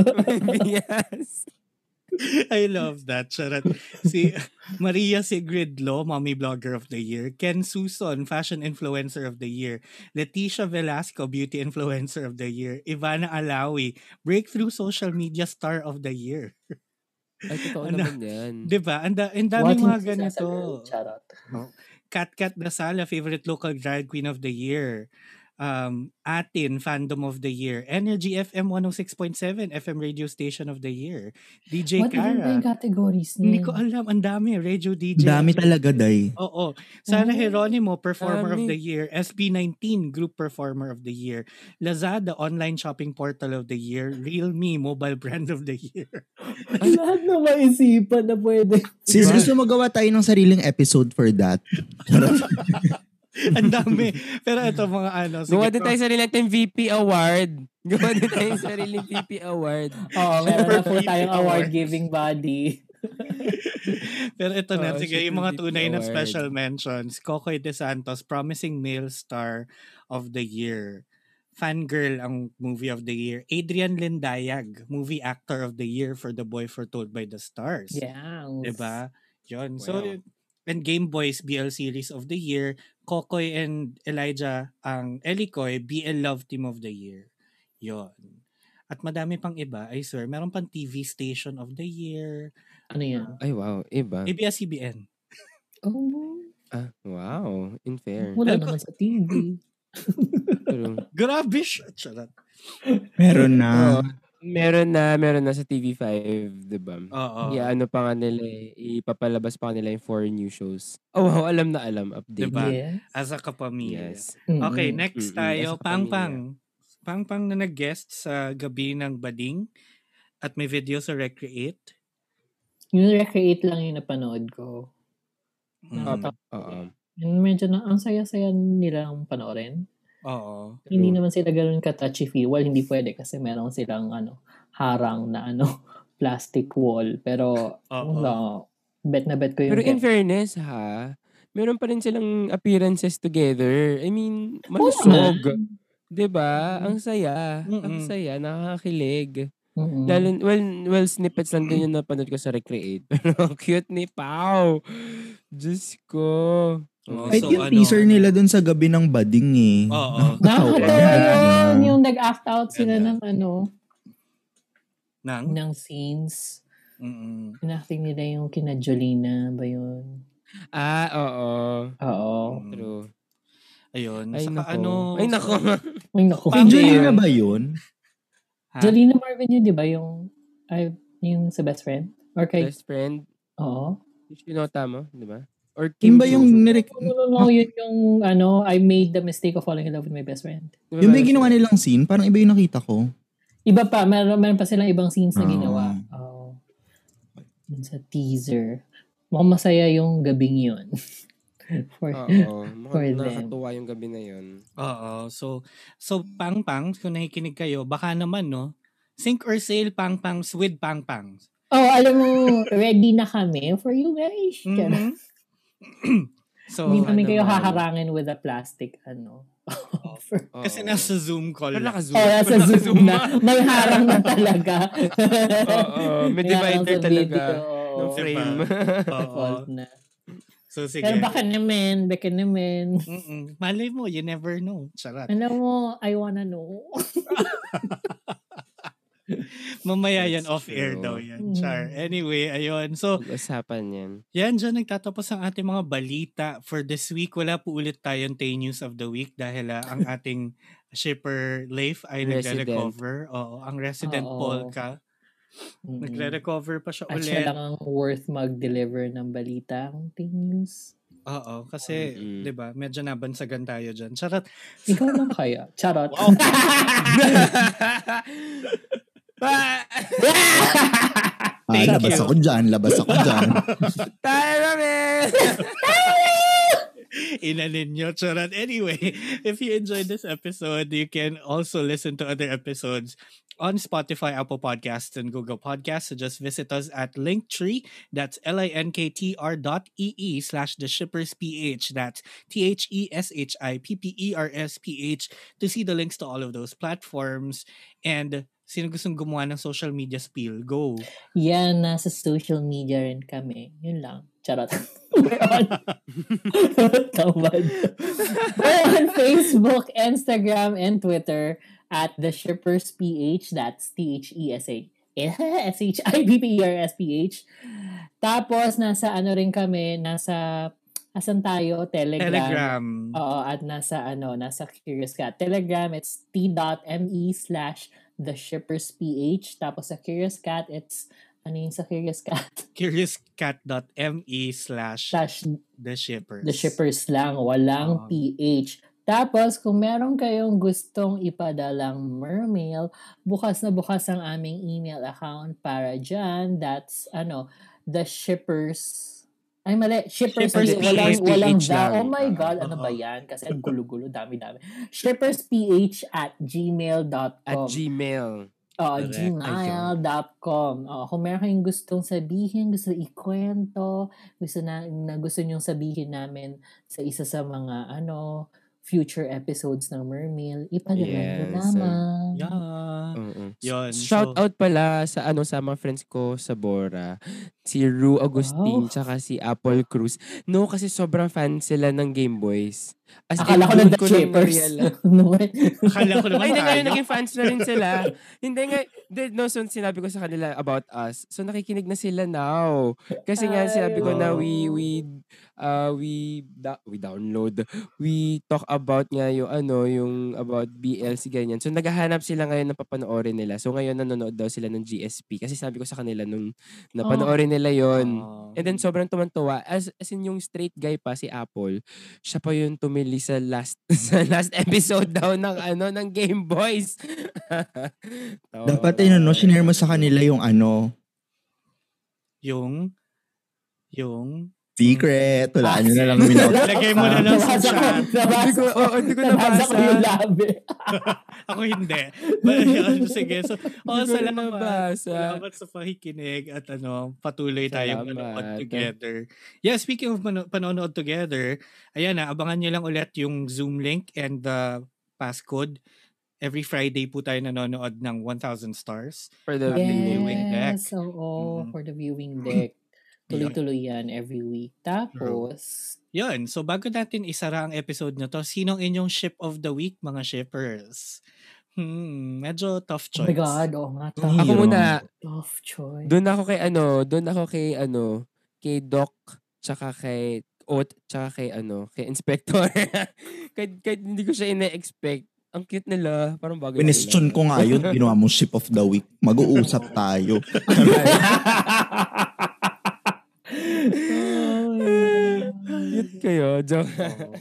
Speaker 1: yes.
Speaker 4: I love that. Charot. Si Maria Sigridlo, Mommy Blogger of the Year. Ken Suson, Fashion Influencer of the Year. Leticia Velasco, Beauty Influencer of the Year. Ivana Alawi, Breakthrough Social Media Star of the Year.
Speaker 1: Ay, totoo
Speaker 4: Ano?
Speaker 1: naman yan.
Speaker 4: Diba? Ang da- ang daming mga
Speaker 2: hindi
Speaker 4: ganito.
Speaker 2: sasabihin? Charot.
Speaker 4: Kat Kat Dasala, favorite local drag queen of the year. Um, Atin, fandom of the year. Energy FM 106.7, FM radio station of the year. DJ
Speaker 2: What even ba
Speaker 4: Cara.
Speaker 2: yung categories niya?
Speaker 4: Hindi ko alam, ang dami. eh. Radio DJ.
Speaker 3: Dami talaga, Day.
Speaker 4: Oo. Sarah
Speaker 2: Oh.
Speaker 4: Geronimo, Performer of
Speaker 1: Dami.
Speaker 4: the Year. SB19, Group Performer of the Year. Lazada, Online Shopping Portal of the Year. Realme, Mobile Brand of the Year.
Speaker 2: Lahat na maisipan na pwede.
Speaker 3: Sis, gusto mo gawa tayo ng sariling episode for that.
Speaker 4: Ang dami. Pero ito mga ano. sige,
Speaker 1: Gawa din
Speaker 4: Prof.
Speaker 1: tayo sa sarili natin VP Award. Gawa din tayo sa sarili VP Award.
Speaker 2: Oo, meron na po
Speaker 4: Perfect
Speaker 2: tayong
Speaker 4: award.
Speaker 2: award-giving body.
Speaker 4: Pero ito na,
Speaker 1: Oo,
Speaker 4: sige,
Speaker 1: siya
Speaker 4: yung mga
Speaker 1: yung
Speaker 4: tunay na
Speaker 1: award.
Speaker 4: special mentions. Kokoy De Santos, Promising Male Star of the Year. Fangirl ang movie of the year. Adrian Lindayag, movie actor of the year for The Boy Foretold by the Stars.
Speaker 2: Yeah.
Speaker 4: Diba? Yun. So,
Speaker 1: Wow.
Speaker 4: and Game Boys BL Series of the Year, Kokoy and Elijah ang Elikoy BL Love Team of the Year. Yun. At madami pang iba, I swear. Meron pang TV Station of the Year,
Speaker 2: Ano yan?
Speaker 1: Ay, wow. Iba.
Speaker 4: ABS-CBN.
Speaker 2: Oh,
Speaker 1: Ah, wow. Unfair.
Speaker 2: wala
Speaker 4: Pero ko-
Speaker 2: naman sa TV.
Speaker 1: Pero,
Speaker 4: Grabe siya. Charot.
Speaker 3: Meron na.
Speaker 1: Oo. meron na, meron na sa TV5, di ba?
Speaker 4: Oo.
Speaker 1: Yeah, ano pa nga nila eh, Ipapalabas pa nga nila yung foreign new shows. Oh, wow. Alam na alam. Update.
Speaker 4: Diba?
Speaker 2: Yes.
Speaker 4: As a kapamilya.
Speaker 1: Yes.
Speaker 4: Okay,
Speaker 2: Mm-mm.
Speaker 4: next
Speaker 1: Mm-mm,
Speaker 4: tayo.
Speaker 1: as a
Speaker 4: Pang
Speaker 1: kapamilya.
Speaker 4: Pang. Pang Pang na nag-guest sa gabi ng Bading at may video sa Recreate.
Speaker 2: Yung recreate lang yung napanood ko.
Speaker 4: Mm.
Speaker 2: Nakakatawa.
Speaker 1: Oo.
Speaker 2: Yun, medyo na, ang saya-saya nilang panoorin.
Speaker 4: Oo.
Speaker 2: Hindi naman sila ganun ka-touchy-feel. Well, hindi pwede kasi meron silang ano, harang na ano, plastic wall. Pero,
Speaker 4: Oo.
Speaker 2: wala. Bet na bet ko yung
Speaker 1: Pero in fairness, ha? Meron pa rin silang appearances together. I mean, malusog. Diba? Ang saya. Ang
Speaker 4: Mm-mm. Mm.
Speaker 1: saya. Nakakakilig.
Speaker 2: Mm-mm.
Speaker 1: Lalo, well, well, snippets lang din yung napanood ko sa Recreate. Pero ang cute ni Pau. Diyos ko.
Speaker 4: Oh,
Speaker 3: Kahit
Speaker 4: So,
Speaker 3: yung
Speaker 4: ano- Oh,
Speaker 3: teaser nila dun sa gabi ng bading eh.
Speaker 4: Oo.
Speaker 2: Nakakatawa yun! Yung nag-act out sila
Speaker 4: Ganda.
Speaker 2: ng ano,
Speaker 4: Nang?
Speaker 2: ng scenes.
Speaker 4: Mm-mm.
Speaker 2: Inacting nila yung kina Jolina ba yun?
Speaker 1: Ah, oo.
Speaker 2: Oo.
Speaker 4: Mm.
Speaker 1: True.
Speaker 4: Ayun.
Speaker 1: Ay,
Speaker 4: Saka
Speaker 1: nako.
Speaker 4: ano,
Speaker 1: Ay, nako.
Speaker 2: Ay, naku.
Speaker 3: Si
Speaker 4: Pang-
Speaker 3: Jolina ba yun?
Speaker 4: Ha?
Speaker 2: Jolina Marvin yun, di ba? Yung, ay, yung sa best friend? Or kay,
Speaker 1: Best friend.
Speaker 2: oo.
Speaker 1: Shinota mo, di ba? Or
Speaker 3: Yun
Speaker 1: Kim
Speaker 3: ba yung
Speaker 1: Jong-un,
Speaker 3: nirek...
Speaker 2: No, no, no, yun yung, ano, I made the mistake of falling in love with my best friend.
Speaker 1: di ba
Speaker 3: Yung may
Speaker 1: meron
Speaker 3: ginawa
Speaker 1: siya?
Speaker 3: nilang scene, parang iba yung nakita ko.
Speaker 2: Iba pa, meron, meron pa silang ibang scenes na
Speaker 3: Ah.
Speaker 2: ginawa. Oo. Dun sa teaser. Mukhang masaya yung gabing yun. For,
Speaker 1: Oo.
Speaker 2: For
Speaker 1: Mukhang
Speaker 2: them.
Speaker 1: nakakatuwa yung gabi na yun.
Speaker 4: Oo. So, so Pang Pang, kung nakikinig kayo, baka naman, no? Sink or sail Pang Pangs with Pang Pangs.
Speaker 2: Oh, alam mo, ready na kami for you guys. Kaya-
Speaker 4: Mhm. so,
Speaker 2: Hindi kami
Speaker 1: ano
Speaker 2: kayo
Speaker 1: man.
Speaker 2: haharangin with a plastic, ano.
Speaker 4: Oh,
Speaker 2: offer.
Speaker 1: Oo.
Speaker 4: kasi nasa Zoom call.
Speaker 1: Pero
Speaker 4: lang.
Speaker 1: naka-zoom.
Speaker 2: Oh, nasa
Speaker 1: Naka-zoom
Speaker 2: Zoom
Speaker 1: ah.
Speaker 2: na. May harang na talaga.
Speaker 1: Oo, may
Speaker 2: harang
Speaker 1: divider
Speaker 2: sa
Speaker 1: talaga
Speaker 2: video.
Speaker 1: Ng frame.
Speaker 4: Diba? Oo.
Speaker 2: Default na.
Speaker 4: So, sige.
Speaker 2: Pero baka naman, baka naman.
Speaker 4: Mm-mm. Malay mo, you never know. Charot.
Speaker 2: Alam mo, I wanna know.
Speaker 4: Mamaya yan,
Speaker 1: That's
Speaker 4: off-air
Speaker 1: true.
Speaker 4: daw yan. Char.
Speaker 2: Mm.
Speaker 4: Anyway, ayun. So,
Speaker 1: Pag-usapan yan.
Speaker 4: Yan, dyan nagtatapos ang ating mga balita for this week. Wala po ulit tayong 10 news of the week dahil ah, ang ating shipper Leif ay
Speaker 1: Resident.
Speaker 4: nagre-recover. Oo, ang resident
Speaker 2: Oo.
Speaker 4: Polka.
Speaker 2: Mm.
Speaker 4: Nagre-recover pa siya
Speaker 2: At siya
Speaker 4: ulit.
Speaker 2: lang ang worth mag-deliver ng balita. Ang news.
Speaker 4: Oo, kasi,
Speaker 1: Mm-mm.
Speaker 4: 'di ba medyo nabansagan tayo dyan. Charot.
Speaker 2: Ikaw lang kaya. Charot.
Speaker 4: Wow.
Speaker 1: Pa!
Speaker 3: Ah,
Speaker 4: Thank
Speaker 3: labas
Speaker 4: you.
Speaker 3: ako dyan, labas ako dyan.
Speaker 1: Tayo namin!
Speaker 4: Inalin nyo, charot. Anyway, if you enjoyed this episode, you can also listen to other episodes on Spotify, Apple Podcasts, and Google Podcasts. So just visit us at Linktree. That's L-I-N-K-T-R dot E-E slash The Shippers PH. That's E T-H-E-S-H-I-P-P-E-R-S-P-H to see the links to all of those platforms. And Sino gustong gumawa ng social media spiel? Go.
Speaker 2: Yan, nasa social media rin kami. Yun lang. Charot. We're on. Tamad. We're on Facebook, Instagram, and Twitter at The Shippers PH. That's E T-H-E-S-A. E S-H-I-P-P-E-R-S-P-H. Tapos, nasa ano rin kami, nasa, asan tayo?
Speaker 4: Telegram.
Speaker 2: Oo, at nasa ano, nasa Curious Cat Telegram, it's t.me slash the shippers ph. Tapos sa Curious Cat, it's ano yun sa Curious Cat?
Speaker 4: Curiouscat.me E slash
Speaker 2: slash
Speaker 4: the shippers.
Speaker 2: the shippers lang, walang
Speaker 4: Oo.
Speaker 2: ph. Tapos, kung meron kayong gustong ipadalang mermail, bukas na bukas ang aming email account para dyan. That's, ano, the shippers ay mali, shippers,
Speaker 4: Shippers
Speaker 2: hindi, walang,
Speaker 4: PH
Speaker 2: walang
Speaker 3: lang.
Speaker 2: da. Oh my
Speaker 4: Ah,
Speaker 2: God, ano
Speaker 4: oo.
Speaker 2: ba yan? Kasi ang gulo-gulo, dami-dami. Shippersph at gmail.com.
Speaker 1: At gmail.
Speaker 2: Oh,
Speaker 4: Correct.
Speaker 2: gmail.com. Oh, kung meron kayong gustong sabihin, gusto ikwento, gusto na, na gusto nyong sabihin namin sa isa sa mga ano future episodes ng Mermail, ipadala nyo
Speaker 1: Yes,
Speaker 2: naman.
Speaker 4: Yeah.
Speaker 1: Oo.
Speaker 4: Yun,
Speaker 1: Shout
Speaker 4: so-
Speaker 1: out pala sa ano sa mga friends ko sa Bora. Si Rue Agustin
Speaker 2: Wow.
Speaker 1: tsaka si Apple Cruz. No, kasi sobrang fan sila ng Game Boys. As
Speaker 2: Akala ko
Speaker 1: in,
Speaker 2: na
Speaker 1: doon
Speaker 2: the
Speaker 1: lang
Speaker 2: shippers.
Speaker 1: na-realize.
Speaker 4: Akala ko naman
Speaker 1: Ay, hindi nga
Speaker 4: tayo.
Speaker 1: rin naging fans na rin sila. hindi nga, di, no, so sinabi ko sa kanila about us. So nakikinig na sila now. Kasi nga
Speaker 2: Ay,
Speaker 1: sinabi ko na we
Speaker 2: oh.
Speaker 1: we uh, we da- we download. We talk about nga yung ano, yung about BLC ganyan. So naghahanap sila ngayon ng papanoorin nila. So ngayon nanonood daw sila ng GSP kasi sabi ko sa kanila nung napanoorin nila yon.
Speaker 4: Oh.
Speaker 1: And then
Speaker 3: Mm.
Speaker 1: sobrang tumantuwa. As, as in yung straight guy pa, si Apple, siya pa yung tumili sa last sa last episode daw ng ano ng Game Boys. Tawa
Speaker 3: Dapat
Speaker 1: ka.
Speaker 3: eh, no, sinare mo sa kanila yung ano,
Speaker 4: yung, yung,
Speaker 3: secret. Wala nyo na lang minot.
Speaker 4: Lagay mo na lang sa chat.
Speaker 1: Hindi ko, oh, hindi ko nabasa.
Speaker 2: Nabasa ko yung labi.
Speaker 4: Ako hindi. But, yun, sige. So, oh,
Speaker 1: Hindi ko rin
Speaker 4: salamat.
Speaker 1: nabasa.
Speaker 4: Salamat sa pakikinig at ano, patuloy tayong
Speaker 1: Salamat.
Speaker 4: manood together. Yeah, speaking of mano- panonood together, ayan na, abangan nyo lang ulit yung Zoom link and the passcode. Every Friday po tayo nanonood ng 1,000 stars.
Speaker 1: For the
Speaker 4: Happy viewing deck.
Speaker 2: Yes, oo,
Speaker 4: Mm.
Speaker 2: for the viewing deck. Tuloy-tuloy yan every week. Tapos, oh
Speaker 4: Yun, so bago natin isara ang episode na to, sinong inyong ship of the week, mga shippers? Hmm, medyo tough
Speaker 2: oh
Speaker 4: choice.
Speaker 2: my God, oh nga, tough,
Speaker 1: Ako
Speaker 3: Hero.
Speaker 1: muna,
Speaker 2: tough choice.
Speaker 1: doon ako kay ano, doon ako kay ano, kay Doc, tsaka kay Ot, tsaka kay ano, kay Inspector. kahit, kahit hindi ko siya ina-expect. Ang cute nila. Parang bagay nila.
Speaker 3: Question ko nga yun, ginawa mo ship of the week. Mag-uusap tayo.
Speaker 1: Cute kayo. Joke.
Speaker 4: Oo.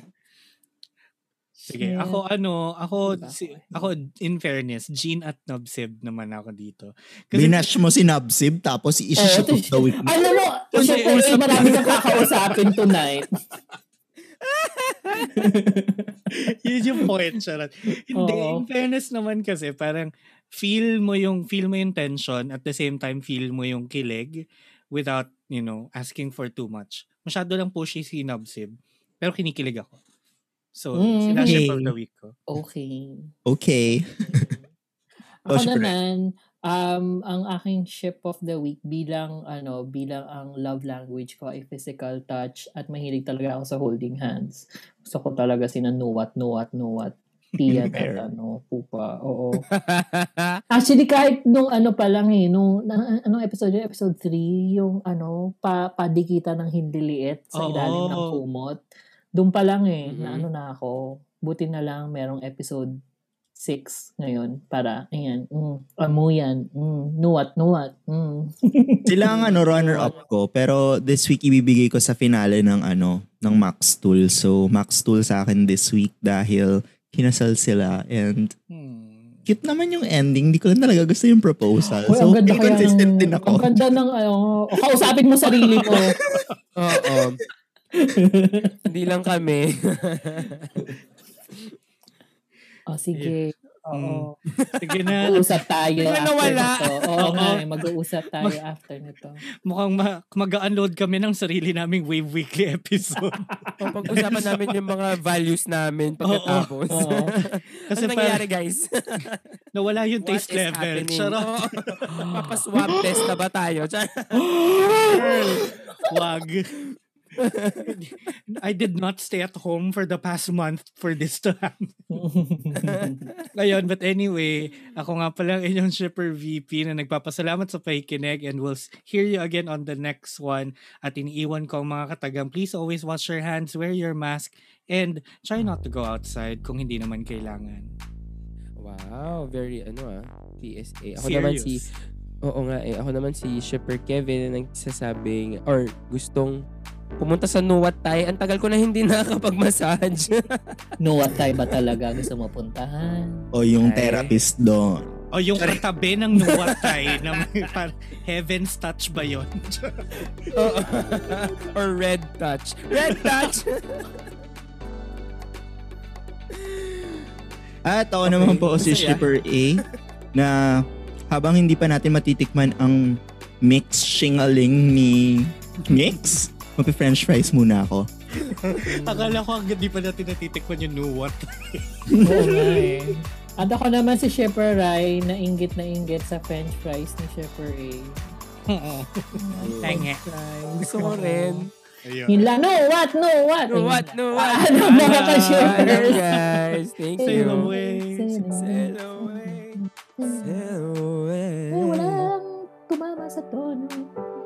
Speaker 4: Sige, ako ano, ako, si- ako in fairness, Jean at Nobsib naman ako dito.
Speaker 3: Binash mo si Nabsib, tapos
Speaker 2: Eh,
Speaker 3: i-ship of the week. mo.
Speaker 2: Alam ano mo,
Speaker 4: Kasi
Speaker 2: kasi
Speaker 4: usap-
Speaker 2: marami na kakausapin tonight.
Speaker 4: yun yung point, charot. Hindi,
Speaker 2: Oo.
Speaker 4: in fairness naman kasi, parang feel mo yung feel mo yung tension at the same time feel mo yung kilig without, you know, asking for too much. Masyado lang pushy si Nobsib, pero kinikilig ako. So,
Speaker 2: Mm.
Speaker 4: sila siya
Speaker 3: Okay.
Speaker 4: for the week ko.
Speaker 2: Okay.
Speaker 3: Okay. Oh,
Speaker 2: Ako
Speaker 3: syempre.
Speaker 2: naman, um, ang aking ship of the week bilang ano, bilang ang love language ko ay physical touch at mahilig talaga ako sa holding hands. Gusto ko talaga sina nuwat, nuwat, nuwat. Tiya
Speaker 3: Fair.
Speaker 2: at ano, pupa. Oo. Actually, kahit nung ano pa lang eh, nung, na- anong episode yun? Episode 3, yung ano, pa, padikita ng hindiliit sa
Speaker 4: Oo.
Speaker 2: ilalim ng kumot. Doon pa lang eh, na
Speaker 1: Mhm.
Speaker 2: ano na ako. Buti na lang merong episode 6 ngayon para, ayan, mm, amuyan, mm, nuwat, nuwat, mm.
Speaker 3: Sila ang ano, runner-up ko. Pero this week, ibibigay ko sa finale ng ano, ng Max Tool. So, Max Tool sa akin this week dahil kinasal sila. And
Speaker 4: Hmm.
Speaker 3: cute naman yung ending. Hindi ko lang talaga gusto yung proposal.
Speaker 2: Uy, ang
Speaker 3: so,
Speaker 2: ganda kaya ng,
Speaker 3: inconsistent din ako.
Speaker 2: Ang ganda ng, ano, kausapin mo sarili mo.
Speaker 1: Oo. Hindi lang kami.
Speaker 2: oh, sige. Oo.
Speaker 4: Sige na.
Speaker 2: Mag-uusap tayo
Speaker 4: Bigla
Speaker 2: after
Speaker 4: nawala.
Speaker 2: nito. Oo
Speaker 4: Oo.
Speaker 2: nga, eh, mag-uusap tayo
Speaker 4: Mag-
Speaker 2: after nito.
Speaker 4: Mukhang ma- mag-unload kami ng sarili naming Wave Weekly episode.
Speaker 1: O, pag-usapan namin yung mga values namin pagkatapos.
Speaker 2: Oo.
Speaker 1: Ano
Speaker 4: Kasi
Speaker 1: nangyayari, guys?
Speaker 4: nawala yung
Speaker 1: What
Speaker 4: taste
Speaker 1: is
Speaker 4: level.
Speaker 1: happening?
Speaker 4: Charot.
Speaker 1: Oo. Papaswap test na ba tayo? Char-
Speaker 4: Girl, wag. I did not stay at home for the past month for this to happen. Ayun, but anyway, ako nga pala ang inyong shipper VP na nagpapasalamat sa pakikinig and we'll s- hear you again on the next one. At iniiwan ko ang mga katagang, please always wash your hands, wear your mask, and try not to go outside kung hindi naman kailangan.
Speaker 1: wow, very ano ah. PSA. Ako naman si
Speaker 4: Serious.
Speaker 1: Oo nga eh. Ako naman si Shipper Kevin na nagsasabing or gustong pumunta sa Nuwat Thai. Ang tagal ko na hindi nakakapag-massage.
Speaker 2: No, what tayo ba talaga gusto mo puntahan?
Speaker 3: O yung
Speaker 1: Ay.
Speaker 3: therapist doon.
Speaker 4: O Oh, yung katabi ng nuwatay na may par- heaven's touch ba yun?
Speaker 1: Oo. or Red Touch. Red Touch!
Speaker 3: At ako naman po
Speaker 1: masaya.
Speaker 3: si Shipper A na habang hindi pa natin matitikman ang mix shingaling ni Mix, mapi-french fries muna ako.
Speaker 4: Akala ko agad di pa natin natitikman yung nuwat.
Speaker 2: Oo nga eh. At ako naman si Shepard Rai, nainggit na inggit sa french fries ni Shepard A.
Speaker 4: Tangi.
Speaker 2: Fries.
Speaker 1: Gusto ko rin.
Speaker 2: Yun lang. No, what? No, what?
Speaker 1: Nuwat,
Speaker 2: Ayun.
Speaker 1: Nuwat.
Speaker 2: Ano mga
Speaker 1: Alam,
Speaker 2: ka-shippers?
Speaker 1: guys. Thank
Speaker 4: Sail
Speaker 1: you.
Speaker 4: away.
Speaker 1: Sail away. Sail
Speaker 2: Eh,
Speaker 1: away.
Speaker 2: walang tumama sa tono.